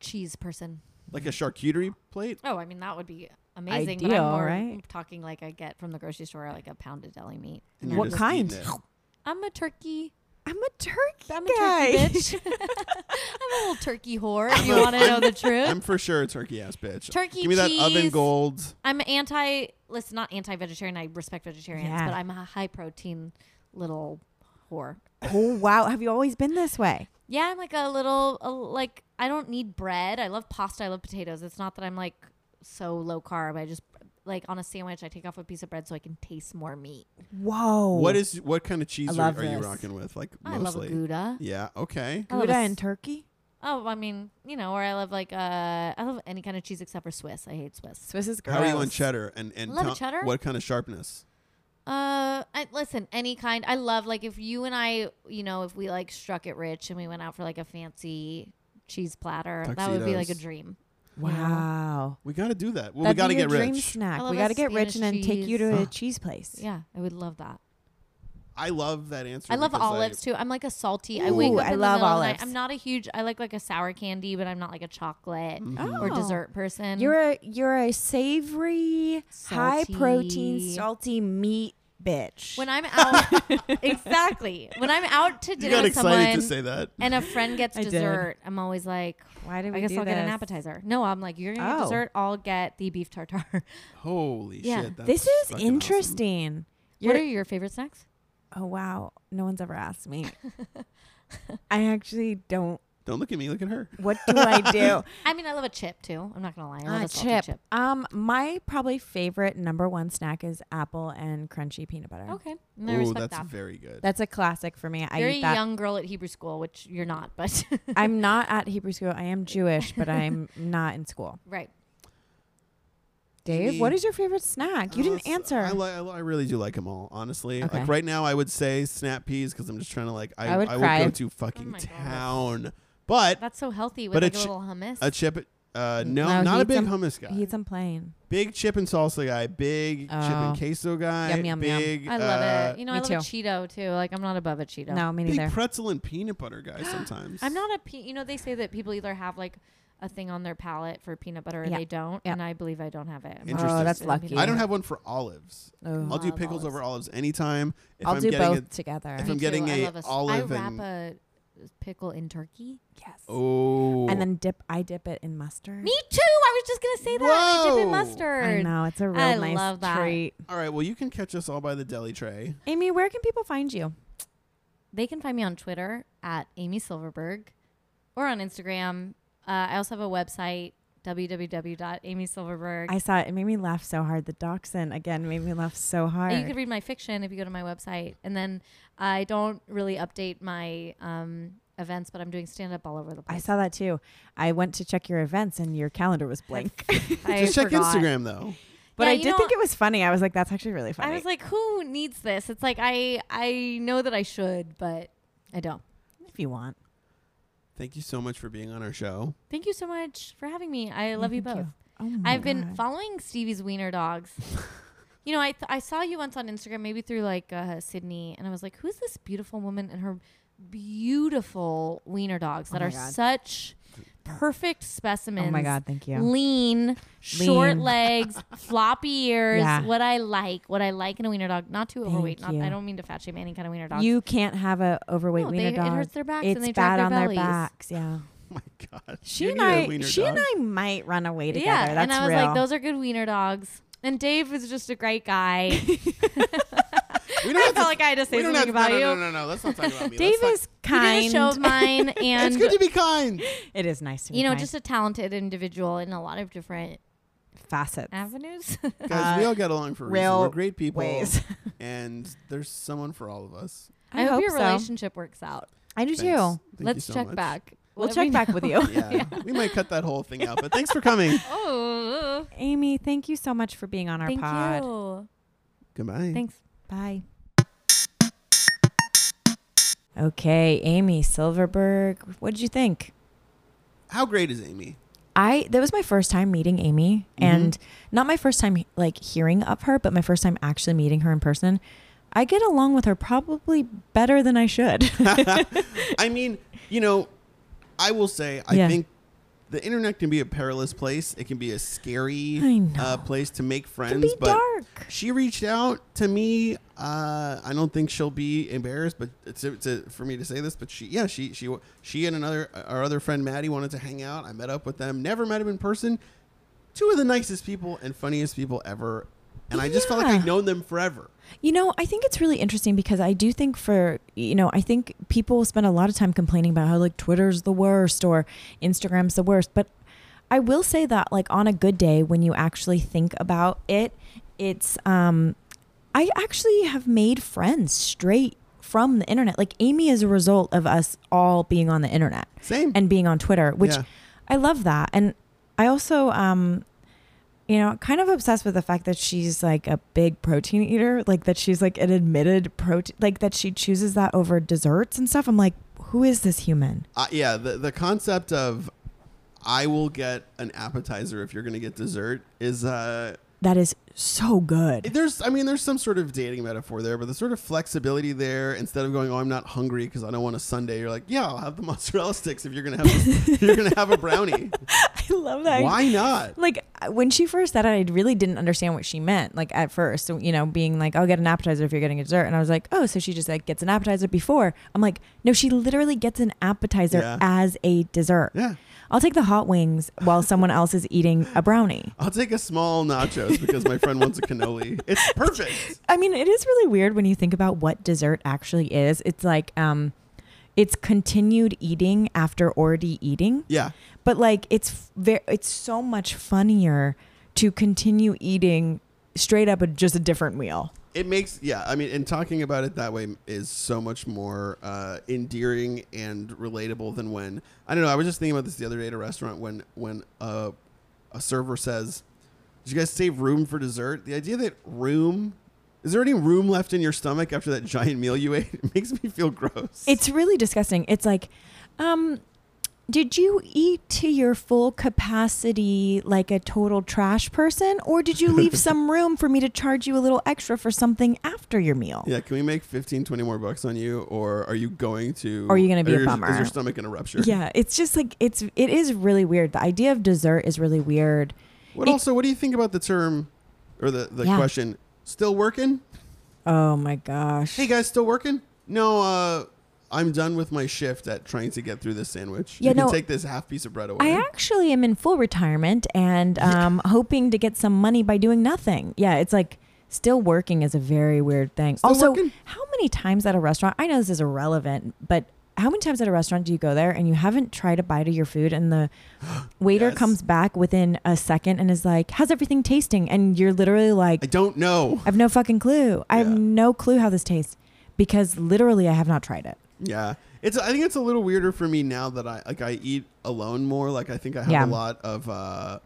Speaker 4: cheese person.
Speaker 2: Like a charcuterie plate?
Speaker 4: Oh, I mean that would be amazing. but
Speaker 1: Ideal,
Speaker 4: I'm more
Speaker 1: right?
Speaker 4: talking like I get from the grocery store, like a pound of deli meat.
Speaker 2: And
Speaker 1: What
Speaker 2: just
Speaker 1: kind?
Speaker 2: eating it.
Speaker 4: I'm a turkey.
Speaker 1: I'm a turkey
Speaker 4: I'm a
Speaker 1: guy.
Speaker 4: turkey bitch. (laughs) I'm a little turkey whore. If you want to know the truth,
Speaker 2: I'm for sure a turkey ass bitch.
Speaker 4: (laughs) Turkey
Speaker 2: Give me that oven
Speaker 4: cheese.
Speaker 2: gold.
Speaker 4: I'm anti. Listen, not anti-vegetarian. I respect vegetarians,
Speaker 1: Yeah.
Speaker 4: but I'm a high-protein little whore.
Speaker 1: (laughs) oh wow, have you always been this way?
Speaker 4: Yeah, I'm like a little a, like I don't need bread. I love pasta. I love potatoes. It's not that I'm like so low carb. I just like on a sandwich, I take off a piece of bread so I can taste more meat.
Speaker 1: Whoa.
Speaker 2: What is what kind of cheese are,
Speaker 1: love
Speaker 2: are you
Speaker 1: this.
Speaker 2: rocking with? Like
Speaker 4: I love a
Speaker 2: mostly.
Speaker 4: gouda.
Speaker 2: yeah, okay.
Speaker 4: I love a
Speaker 1: Gouda
Speaker 4: s-
Speaker 1: and turkey?
Speaker 4: Oh, I mean, you know, or I love like uh, I love any kind of cheese except for Swiss. I hate Swiss.
Speaker 1: Swiss is
Speaker 2: How are you on cheddar and and
Speaker 4: Love a
Speaker 2: to-
Speaker 4: cheddar.
Speaker 2: what kind of sharpness?
Speaker 4: Uh, I, listen, any kind. I love like if you and I, you know, if we like struck it rich and we went out for like a fancy cheese platter, that would be like a
Speaker 2: Tuxedos.
Speaker 4: dream.
Speaker 1: Wow.
Speaker 2: We got to do that. Well,
Speaker 1: That'd
Speaker 2: we got to
Speaker 1: be your
Speaker 2: get
Speaker 1: dream
Speaker 2: rich.
Speaker 1: snack.
Speaker 4: I
Speaker 1: We
Speaker 4: love
Speaker 1: got to
Speaker 4: a
Speaker 1: get rich and then
Speaker 4: Spanish
Speaker 1: take you to a
Speaker 2: cheese.
Speaker 1: cheese place.
Speaker 4: Yeah, I would love that.
Speaker 2: I love that answer.
Speaker 4: I love
Speaker 2: because
Speaker 4: olives too. I'm like a salty. I
Speaker 1: Ooh,
Speaker 4: wake up
Speaker 1: I love
Speaker 4: in the middle of the night.
Speaker 1: olives.
Speaker 4: I'm not a huge. I like like a sour candy, but I'm not like a chocolate
Speaker 2: mm-hmm.
Speaker 4: or
Speaker 1: Oh.
Speaker 4: dessert person.
Speaker 1: You're a you're a savory, high protein,
Speaker 4: Salty.
Speaker 1: salty meat bitch.
Speaker 4: when
Speaker 2: (laughs)
Speaker 4: I'm (laughs) out, exactly. When I'm out to
Speaker 2: You
Speaker 4: dinner
Speaker 2: got
Speaker 4: with
Speaker 2: excited
Speaker 4: someone
Speaker 2: to say that.
Speaker 4: and a friend gets
Speaker 1: I did.
Speaker 4: dessert, I'm always like,
Speaker 1: Why did we
Speaker 4: I guess
Speaker 1: do
Speaker 4: I'll get an
Speaker 1: this?
Speaker 4: appetizer. No, I'm like, you're gonna get
Speaker 1: Oh.
Speaker 4: dessert. I'll get the beef tartare. (laughs)
Speaker 2: Holy
Speaker 4: Yeah.
Speaker 2: shit. That's
Speaker 1: This is
Speaker 2: fucking
Speaker 1: interesting.
Speaker 4: what
Speaker 1: You're-
Speaker 4: are your favorite snacks?
Speaker 1: Oh wow, no one's ever asked
Speaker 4: (laughs)
Speaker 1: me. I actually don't.
Speaker 2: Awesome. Don't look at me. Look at her.
Speaker 1: What do
Speaker 4: (laughs)
Speaker 1: I do?
Speaker 4: I mean, I love a chip too. I'm not gonna lie. I love
Speaker 1: Ah,
Speaker 4: a salty chip.
Speaker 1: Um, my probably favorite number one snack is apple and crunchy peanut butter.
Speaker 4: Okay, I
Speaker 2: Oh,
Speaker 4: respect
Speaker 2: that's
Speaker 4: that.
Speaker 2: very good.
Speaker 1: That's a classic for me. I
Speaker 4: you're a
Speaker 1: eat that.
Speaker 4: young girl at Hebrew school, which you're not, but (laughs)
Speaker 1: I'm not at Hebrew school. I am Jewish, but I'm not in school.
Speaker 4: right.
Speaker 1: Dave,
Speaker 2: Me-
Speaker 1: what is your favorite snack? You
Speaker 2: Oh,
Speaker 1: didn't
Speaker 2: it's-
Speaker 1: answer.
Speaker 2: I, li- I, li- I really do like them all, honestly.
Speaker 1: Okay.
Speaker 2: Like right now, I would say snap peas because I'm just trying to like I,
Speaker 1: I would
Speaker 2: I
Speaker 1: cry.
Speaker 2: go to
Speaker 4: Oh
Speaker 2: fucking
Speaker 4: my God.
Speaker 2: town. But
Speaker 4: That's so healthy with
Speaker 2: But a
Speaker 4: like a,
Speaker 2: chi-
Speaker 4: little hummus.
Speaker 2: a chip, uh, no,
Speaker 1: No, he
Speaker 2: not a
Speaker 1: eats
Speaker 2: big
Speaker 1: 'em-
Speaker 2: hummus guy.
Speaker 1: He eats them plain.
Speaker 2: big chip and salsa guy. Big chip and
Speaker 1: Oh.
Speaker 2: queso guy.
Speaker 1: Yum, yum, yum.
Speaker 2: big,
Speaker 4: I love
Speaker 2: uh,
Speaker 4: it. You know,
Speaker 1: me
Speaker 4: I love a Cheeto too. Like I'm not above a Cheeto.
Speaker 1: No, me
Speaker 2: big
Speaker 1: neither.
Speaker 2: pretzel and peanut butter
Speaker 1: (gasps)
Speaker 2: guy. Sometimes
Speaker 4: I'm not a pe- you know they say that people either have like a thing on their palate for peanut butter or
Speaker 1: Yeah.
Speaker 4: they don't
Speaker 1: Yeah.
Speaker 4: and I believe I don't have it. I'm not
Speaker 2: Interesting. Oh,
Speaker 1: that's
Speaker 4: interested in
Speaker 1: lucky.
Speaker 4: peanut
Speaker 2: I don't
Speaker 4: butter.
Speaker 2: have one for olives.
Speaker 1: Oh.
Speaker 2: I'll do
Speaker 4: Love
Speaker 2: pickles
Speaker 4: olives.
Speaker 2: over olives anytime. If
Speaker 1: I'll
Speaker 2: am
Speaker 1: do
Speaker 2: getting
Speaker 1: both
Speaker 2: It,
Speaker 1: together.
Speaker 2: if
Speaker 4: Me
Speaker 2: I'm getting
Speaker 4: too. I
Speaker 2: a
Speaker 4: love a s-
Speaker 2: olive
Speaker 4: I wrap
Speaker 2: and-
Speaker 4: a pickle in turkey.
Speaker 1: yes.
Speaker 2: oh,
Speaker 1: And then dip. I dip it in mustard.
Speaker 4: Me too. I was just gonna say that. I dip in
Speaker 2: Whoa.
Speaker 1: I
Speaker 4: mustard.
Speaker 1: know it's a real
Speaker 4: I
Speaker 1: nice
Speaker 4: love that.
Speaker 1: treat.
Speaker 2: all right. Well, you can catch us all by the deli tray.
Speaker 1: Amy, where can people find you?
Speaker 4: They can find me on Twitter at Amy Silverberg or on Instagram. Uh, I also have a website www.amysilverberg.
Speaker 1: I saw it. It made me laugh so hard. The dachshund again made me laugh so hard.
Speaker 4: And you could read my fiction if you go to my website. And then I don't really update my um, events, but I'm doing stand up all over the
Speaker 1: I
Speaker 4: place.
Speaker 1: saw that too. I went to check your events and your calendar was blank.
Speaker 4: I
Speaker 2: Just check
Speaker 4: forgot.
Speaker 2: Instagram though.
Speaker 1: But
Speaker 4: Yeah,
Speaker 1: I
Speaker 4: you
Speaker 1: did
Speaker 4: know,
Speaker 1: think it was funny. I was like, that's actually really funny.
Speaker 4: I was like, who needs this? It's like I I know that I should, but I don't.
Speaker 1: if you want.
Speaker 2: Thank you so much for being on our show.
Speaker 4: Thank you so much for having me. I love Mm, you
Speaker 1: thank
Speaker 4: both.
Speaker 1: you. Oh my
Speaker 4: I've been
Speaker 1: God.
Speaker 4: following Stevie's
Speaker 1: (laughs)
Speaker 4: wiener dogs. you know, I th- I saw you once on Instagram, maybe through like uh, Sydney, and I was like, who's this beautiful woman and her beautiful wiener dogs that
Speaker 1: Oh my
Speaker 4: are
Speaker 1: God.
Speaker 4: such perfect specimens.
Speaker 1: Oh my god, thank you.
Speaker 4: Lean, short
Speaker 1: (laughs) Lean.
Speaker 4: legs, floppy ears.
Speaker 1: Yeah.
Speaker 4: What I like, what I like in a wiener dog. Not too
Speaker 1: Thank
Speaker 4: overweight. Not,
Speaker 1: you.
Speaker 4: I don't mean to fat shame any kind of wiener dog.
Speaker 1: You can't have a overweight
Speaker 4: no,
Speaker 1: wiener
Speaker 4: they,
Speaker 1: dog.
Speaker 4: it hurts their backs
Speaker 1: it's
Speaker 4: and they drop
Speaker 1: bad
Speaker 4: their
Speaker 1: on
Speaker 4: bellies.
Speaker 1: their backs. Yeah.
Speaker 2: Oh (laughs) my God.
Speaker 1: She
Speaker 2: You
Speaker 1: and
Speaker 2: need a
Speaker 1: I,
Speaker 2: wiener
Speaker 1: she and
Speaker 2: dog.
Speaker 1: I might run away together.
Speaker 4: Yeah,
Speaker 1: That's
Speaker 4: and I was
Speaker 1: real.
Speaker 4: like, those are good wiener dogs. And Dave is just a
Speaker 2: (laughs)
Speaker 4: great guy.
Speaker 2: We
Speaker 4: I
Speaker 2: have
Speaker 4: felt
Speaker 2: to-
Speaker 4: like I had to say
Speaker 2: we don't
Speaker 4: something
Speaker 2: have to-
Speaker 4: about
Speaker 2: no,
Speaker 4: you.
Speaker 2: No, no, no, no. Let's not talk about me.
Speaker 1: Dave
Speaker 2: Let's
Speaker 1: is
Speaker 4: He
Speaker 1: kind.
Speaker 4: did a show
Speaker 1: (laughs)
Speaker 4: of mine,
Speaker 2: Not,
Speaker 4: and
Speaker 2: it's good to be kind.
Speaker 1: It is nice to be
Speaker 4: you know,
Speaker 1: kind.
Speaker 4: just a talented individual in a lot of different
Speaker 1: facets.
Speaker 4: avenues. (laughs)
Speaker 2: Guys, we all get along for a reason. We're
Speaker 1: real
Speaker 2: great people,
Speaker 1: Ways.
Speaker 2: and there's someone for all of us.
Speaker 4: I, hope, your
Speaker 1: so.
Speaker 4: relationship works out.
Speaker 1: I do
Speaker 2: Thanks.
Speaker 1: too.
Speaker 2: Thank you
Speaker 4: Let's
Speaker 2: so
Speaker 4: check
Speaker 2: much.
Speaker 4: back. (laughs)
Speaker 1: We'll
Speaker 4: Let me
Speaker 1: check back with
Speaker 4: know.
Speaker 1: you.
Speaker 2: Yeah. we might cut that whole thing out, but thanks for coming.
Speaker 4: (laughs) Oh,
Speaker 1: Amy, thank you so much for being on our
Speaker 4: thank
Speaker 1: pod.
Speaker 4: you.
Speaker 2: Goodbye.
Speaker 4: Thanks.
Speaker 1: Bye. Okay, Amy Silverberg, what did you think?
Speaker 2: How great is Amy?
Speaker 1: I that was my first time meeting Amy and not my first time like hearing of her, but my first time actually meeting her in person. I get along with her probably better than I should. (laughs)
Speaker 2: I mean, you know, I will say, I
Speaker 1: Yeah.
Speaker 2: think the internet can be a perilous place. It can be a
Speaker 1: I
Speaker 2: scary
Speaker 1: know.
Speaker 2: uh, place to make friends.
Speaker 1: be
Speaker 2: but
Speaker 1: dark.
Speaker 2: she reached out to me. Uh, I don't think she'll be embarrassed, but it's, it's a, for me to say this. But she, yeah, she she she and another our other friend Maddie wanted to hang out. I met up with them. Never met him in person. Two of the nicest people and funniest people ever, and I just felt like
Speaker 1: Yeah.
Speaker 2: I've known them forever.
Speaker 1: You know, I think it's really interesting because I do think for, you know, I think people spend a lot of time complaining about how like Twitter's the worst or Instagram's the worst, but I will say that like on a good day when you actually think about it, it's um I actually have made friends straight from the internet. Like Amy is a result of us all being on the internet
Speaker 2: Same.
Speaker 1: and being on Twitter, which
Speaker 2: Yeah.
Speaker 1: I love that. And I also um you know, kind of obsessed with the fact that she's like a big protein eater, like that she's like an admitted protein, like that she chooses that over desserts and stuff. I'm like, who is this human?
Speaker 2: Uh, yeah, the the concept of I will get an appetizer if you're going to get dessert is uh
Speaker 1: That is so good.
Speaker 2: there's I mean there's some sort of dating metaphor there, but the sort of flexibility there instead of going oh I'm not hungry because I don't want a Sunday, you're like yeah I'll have the (laughs) mozzarella sticks if you're gonna have this- if you're gonna have a brownie.
Speaker 1: (laughs) I love that.
Speaker 2: Why not?
Speaker 1: Like I- when she first said it, I really didn't understand what she meant. Like at first, so, you know, being like, "I'll get an appetizer if you're getting a dessert," and I was like, "Oh, so she just like gets an appetizer before." I'm like, "No, she literally gets an appetizer
Speaker 2: Yeah.
Speaker 1: as a dessert."
Speaker 2: Yeah,
Speaker 1: I'll take the hot wings while someone else is eating a brownie.
Speaker 2: I'll take a small nachos because my friend wants a cannoli. It's
Speaker 1: (laughs)
Speaker 2: perfect.
Speaker 1: I mean, it is really weird when you think about what dessert actually is. It's like um it's continued eating after already eating,
Speaker 2: Yeah,
Speaker 1: but like it's very it's so much funnier to continue eating straight up a, just a different meal.
Speaker 2: it makes yeah i mean and talking about it that way is so much more uh, endearing and relatable than when i don't know i was just thinking about this the other day at a restaurant when when a, a server says did you guys save room for dessert the idea that room is there any room left in your stomach after that giant meal you (laughs) ate it makes me feel gross
Speaker 1: It's really disgusting. It's like um did you eat to your full capacity like a total trash person or did you leave some room for me to charge you a little extra for something after your meal?
Speaker 2: yeah can we make 15 20 more bucks on you or are you going to
Speaker 1: Are you gonna be a
Speaker 2: is- is
Speaker 1: bummer?
Speaker 2: your stomach gonna rupture
Speaker 1: Yeah, it's just like it's it is really weird. The idea of dessert is really weird.
Speaker 2: what
Speaker 1: It-
Speaker 2: also what do you think about the term or the, the
Speaker 1: Yeah.
Speaker 2: question still working
Speaker 1: Oh my gosh.
Speaker 2: Hey guys, still working? No, uh, I'm done with my shift at trying to get through this sandwich.
Speaker 1: Yeah,
Speaker 2: you can
Speaker 1: no.
Speaker 2: take this half piece of bread away.
Speaker 1: I actually am in full retirement and um hoping to get some money by doing nothing. Yeah, it's like still working is a very weird thing.
Speaker 2: Still
Speaker 1: also,
Speaker 2: working?
Speaker 1: how many times at a restaurant? I know this is irrelevant, but how many times at a restaurant do you go there and you haven't tried a bite of your food and
Speaker 2: (gasps)
Speaker 1: the waiter
Speaker 2: Yes.
Speaker 1: comes back within a second and is like, "How's everything tasting?" and you're literally like,
Speaker 2: I don't know.
Speaker 1: I have no fucking clue. I have
Speaker 2: Yeah.
Speaker 1: no clue how this tastes because literally I have not tried it.
Speaker 2: Yeah, it's. I think it's a little weirder for me now that I like I eat alone more. Like I think I have
Speaker 1: Yeah.
Speaker 2: a lot of uh,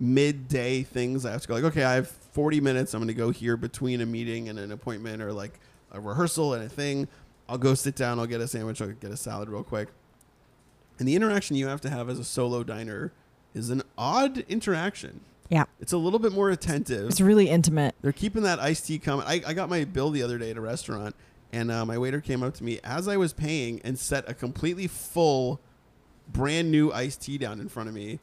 Speaker 2: midday things. I have to go like, okay, I have 40 minutes. I'm going to go here between a meeting and an appointment or like a rehearsal and a thing. I'll go sit down. I'll get a sandwich. I'll get a salad real quick. And the interaction you have to have as a solo diner is an odd interaction.
Speaker 1: Yeah.
Speaker 2: It's a little bit more attentive.
Speaker 1: It's really intimate.
Speaker 2: They're keeping that iced tea coming. I, I got my bill the other day at a restaurant, and uh, my waiter came up to me as I was paying and set a completely full, brand new iced tea down in front of me,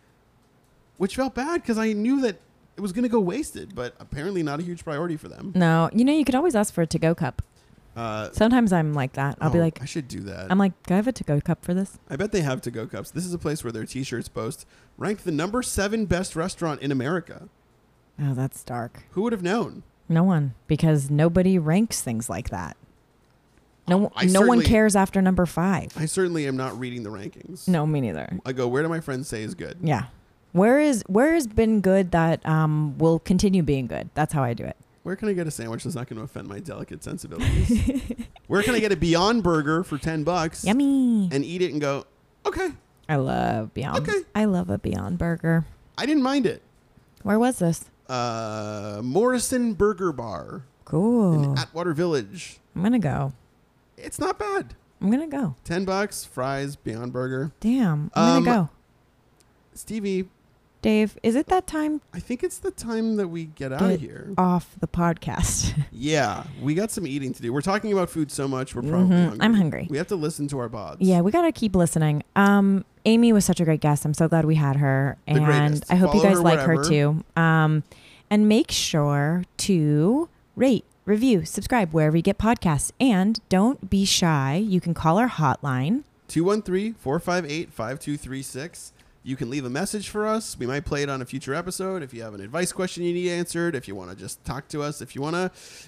Speaker 2: which felt bad because I knew that it was going to go wasted, but apparently not a huge priority for them.
Speaker 1: No, you know, you could always ask for a to go cup.
Speaker 2: Uh,
Speaker 1: Sometimes I'm like that. I'll be
Speaker 2: oh,
Speaker 1: like,
Speaker 2: I should do that.
Speaker 1: I'm like, do I have a to go cup for this?
Speaker 2: I bet they have to go cups. This is a place where their t shirts boast ranked the number seven best restaurant in America.
Speaker 1: Oh, that's dark.
Speaker 2: Who would have known?
Speaker 1: No one, because nobody ranks things like that. No,
Speaker 2: Oh, I
Speaker 1: no one
Speaker 2: certainly-
Speaker 1: cares after number five.
Speaker 2: I certainly am not reading the rankings.
Speaker 1: No, me neither.
Speaker 2: I go, where do my friends say is good?
Speaker 1: Yeah. Where is where has been good that um, will continue being good? That's how I do it.
Speaker 2: Where can I get a sandwich that's not going to offend my delicate sensibilities? Where can I get a Beyond Burger for 10 bucks
Speaker 1: Yummy.
Speaker 2: and eat it and go, okay,
Speaker 1: I love Beyond.
Speaker 2: Okay.
Speaker 1: I love a Beyond burger.
Speaker 2: I didn't mind it.
Speaker 1: Where was this?
Speaker 2: Uh, Morrison Burger Bar
Speaker 1: Cool.
Speaker 2: in Atwater Village.
Speaker 1: I'm gonna go.
Speaker 2: It's not bad.
Speaker 1: I'm gonna go.
Speaker 2: 10 bucks, fries, Beyond Burger.
Speaker 1: Damn. I'm gonna
Speaker 2: Um,
Speaker 1: go.
Speaker 2: Stevie,
Speaker 1: Dave, is it that time
Speaker 2: I think it's the time that we get out of
Speaker 1: Good.
Speaker 2: here.
Speaker 1: off the podcast?
Speaker 2: Yeah, we got some eating to do. We're talking about food so much, we're probably
Speaker 1: Mhm.
Speaker 2: hungry.
Speaker 1: I'm hungry.
Speaker 2: We have to listen to our bods.
Speaker 1: yeah, we gotta keep listening. Um, Amy was such a great guest. I'm so glad we had her,
Speaker 2: The
Speaker 1: and
Speaker 2: greatest.
Speaker 1: I hope
Speaker 2: Follow
Speaker 1: you guys
Speaker 2: her
Speaker 1: like her
Speaker 2: wherever.
Speaker 1: too. Um, and make sure to rate, review, subscribe wherever you get podcasts, and don't be shy. You can call our hotline.
Speaker 2: 213-458-5236. You can leave a message for us. We might play it on a future episode if you have an advice question you need answered, if you want to just talk to us, if you want to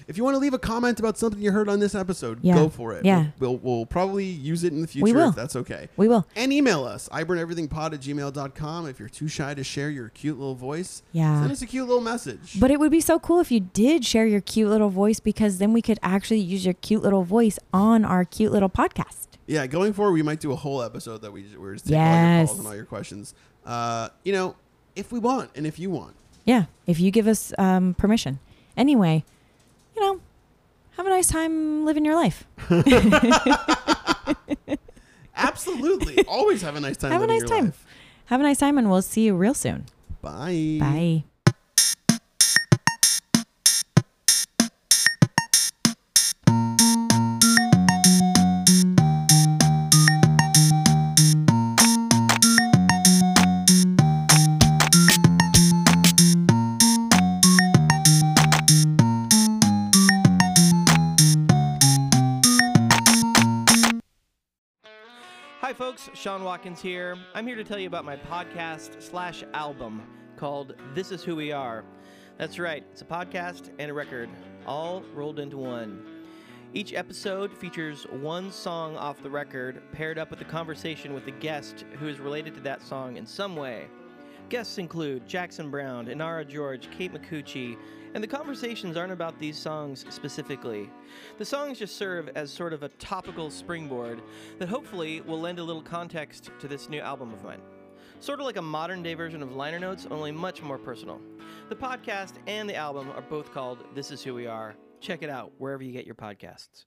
Speaker 2: if you want to leave a comment about something you heard on this episode,
Speaker 1: Yeah.
Speaker 2: go for it.
Speaker 1: Yeah.
Speaker 2: We'll, we'll we'll probably use it in the future
Speaker 1: will.
Speaker 2: if that's okay.
Speaker 1: We will.
Speaker 2: And email us, iburneverythingpod at gmail.com if you're too shy to share your cute little voice.
Speaker 1: Yeah.
Speaker 2: Send us a cute little message.
Speaker 1: But it would be so cool if you did share your cute little voice because then we could actually use your cute little voice on our cute little podcast.
Speaker 2: Yeah, going forward, we might do a whole episode that we just, we're just taking all your
Speaker 1: Yes.
Speaker 2: calls and all your questions. Uh, you know, if we want and if you want.
Speaker 1: Yeah, if you give us um, permission. Anyway, you know, have a nice time living your life.
Speaker 2: Absolutely. Always have a nice time.
Speaker 1: Have a
Speaker 2: living
Speaker 1: nice
Speaker 2: your
Speaker 1: time.
Speaker 2: life.
Speaker 1: Have a nice time, and we'll see you real soon.
Speaker 2: Bye.
Speaker 1: Bye.
Speaker 5: Hi, folks. Sean Watkins here. I'm here to tell you about my podcast slash album called This Is Who We Are. That's right, it's a podcast and a record, all rolled into one. Each episode features one song off the record paired up with a conversation with a guest who is related to that song in some way. Guests include Jackson Brown, Inara George, Kate McCucci, and the conversations aren't about these songs specifically. The songs just serve as sort of a topical springboard that hopefully will lend a little context to this new album of mine. Sort of like a modern day version of liner notes, only much more personal. The podcast and the album are both called This Is Who We Are. Check it out wherever you get your podcasts.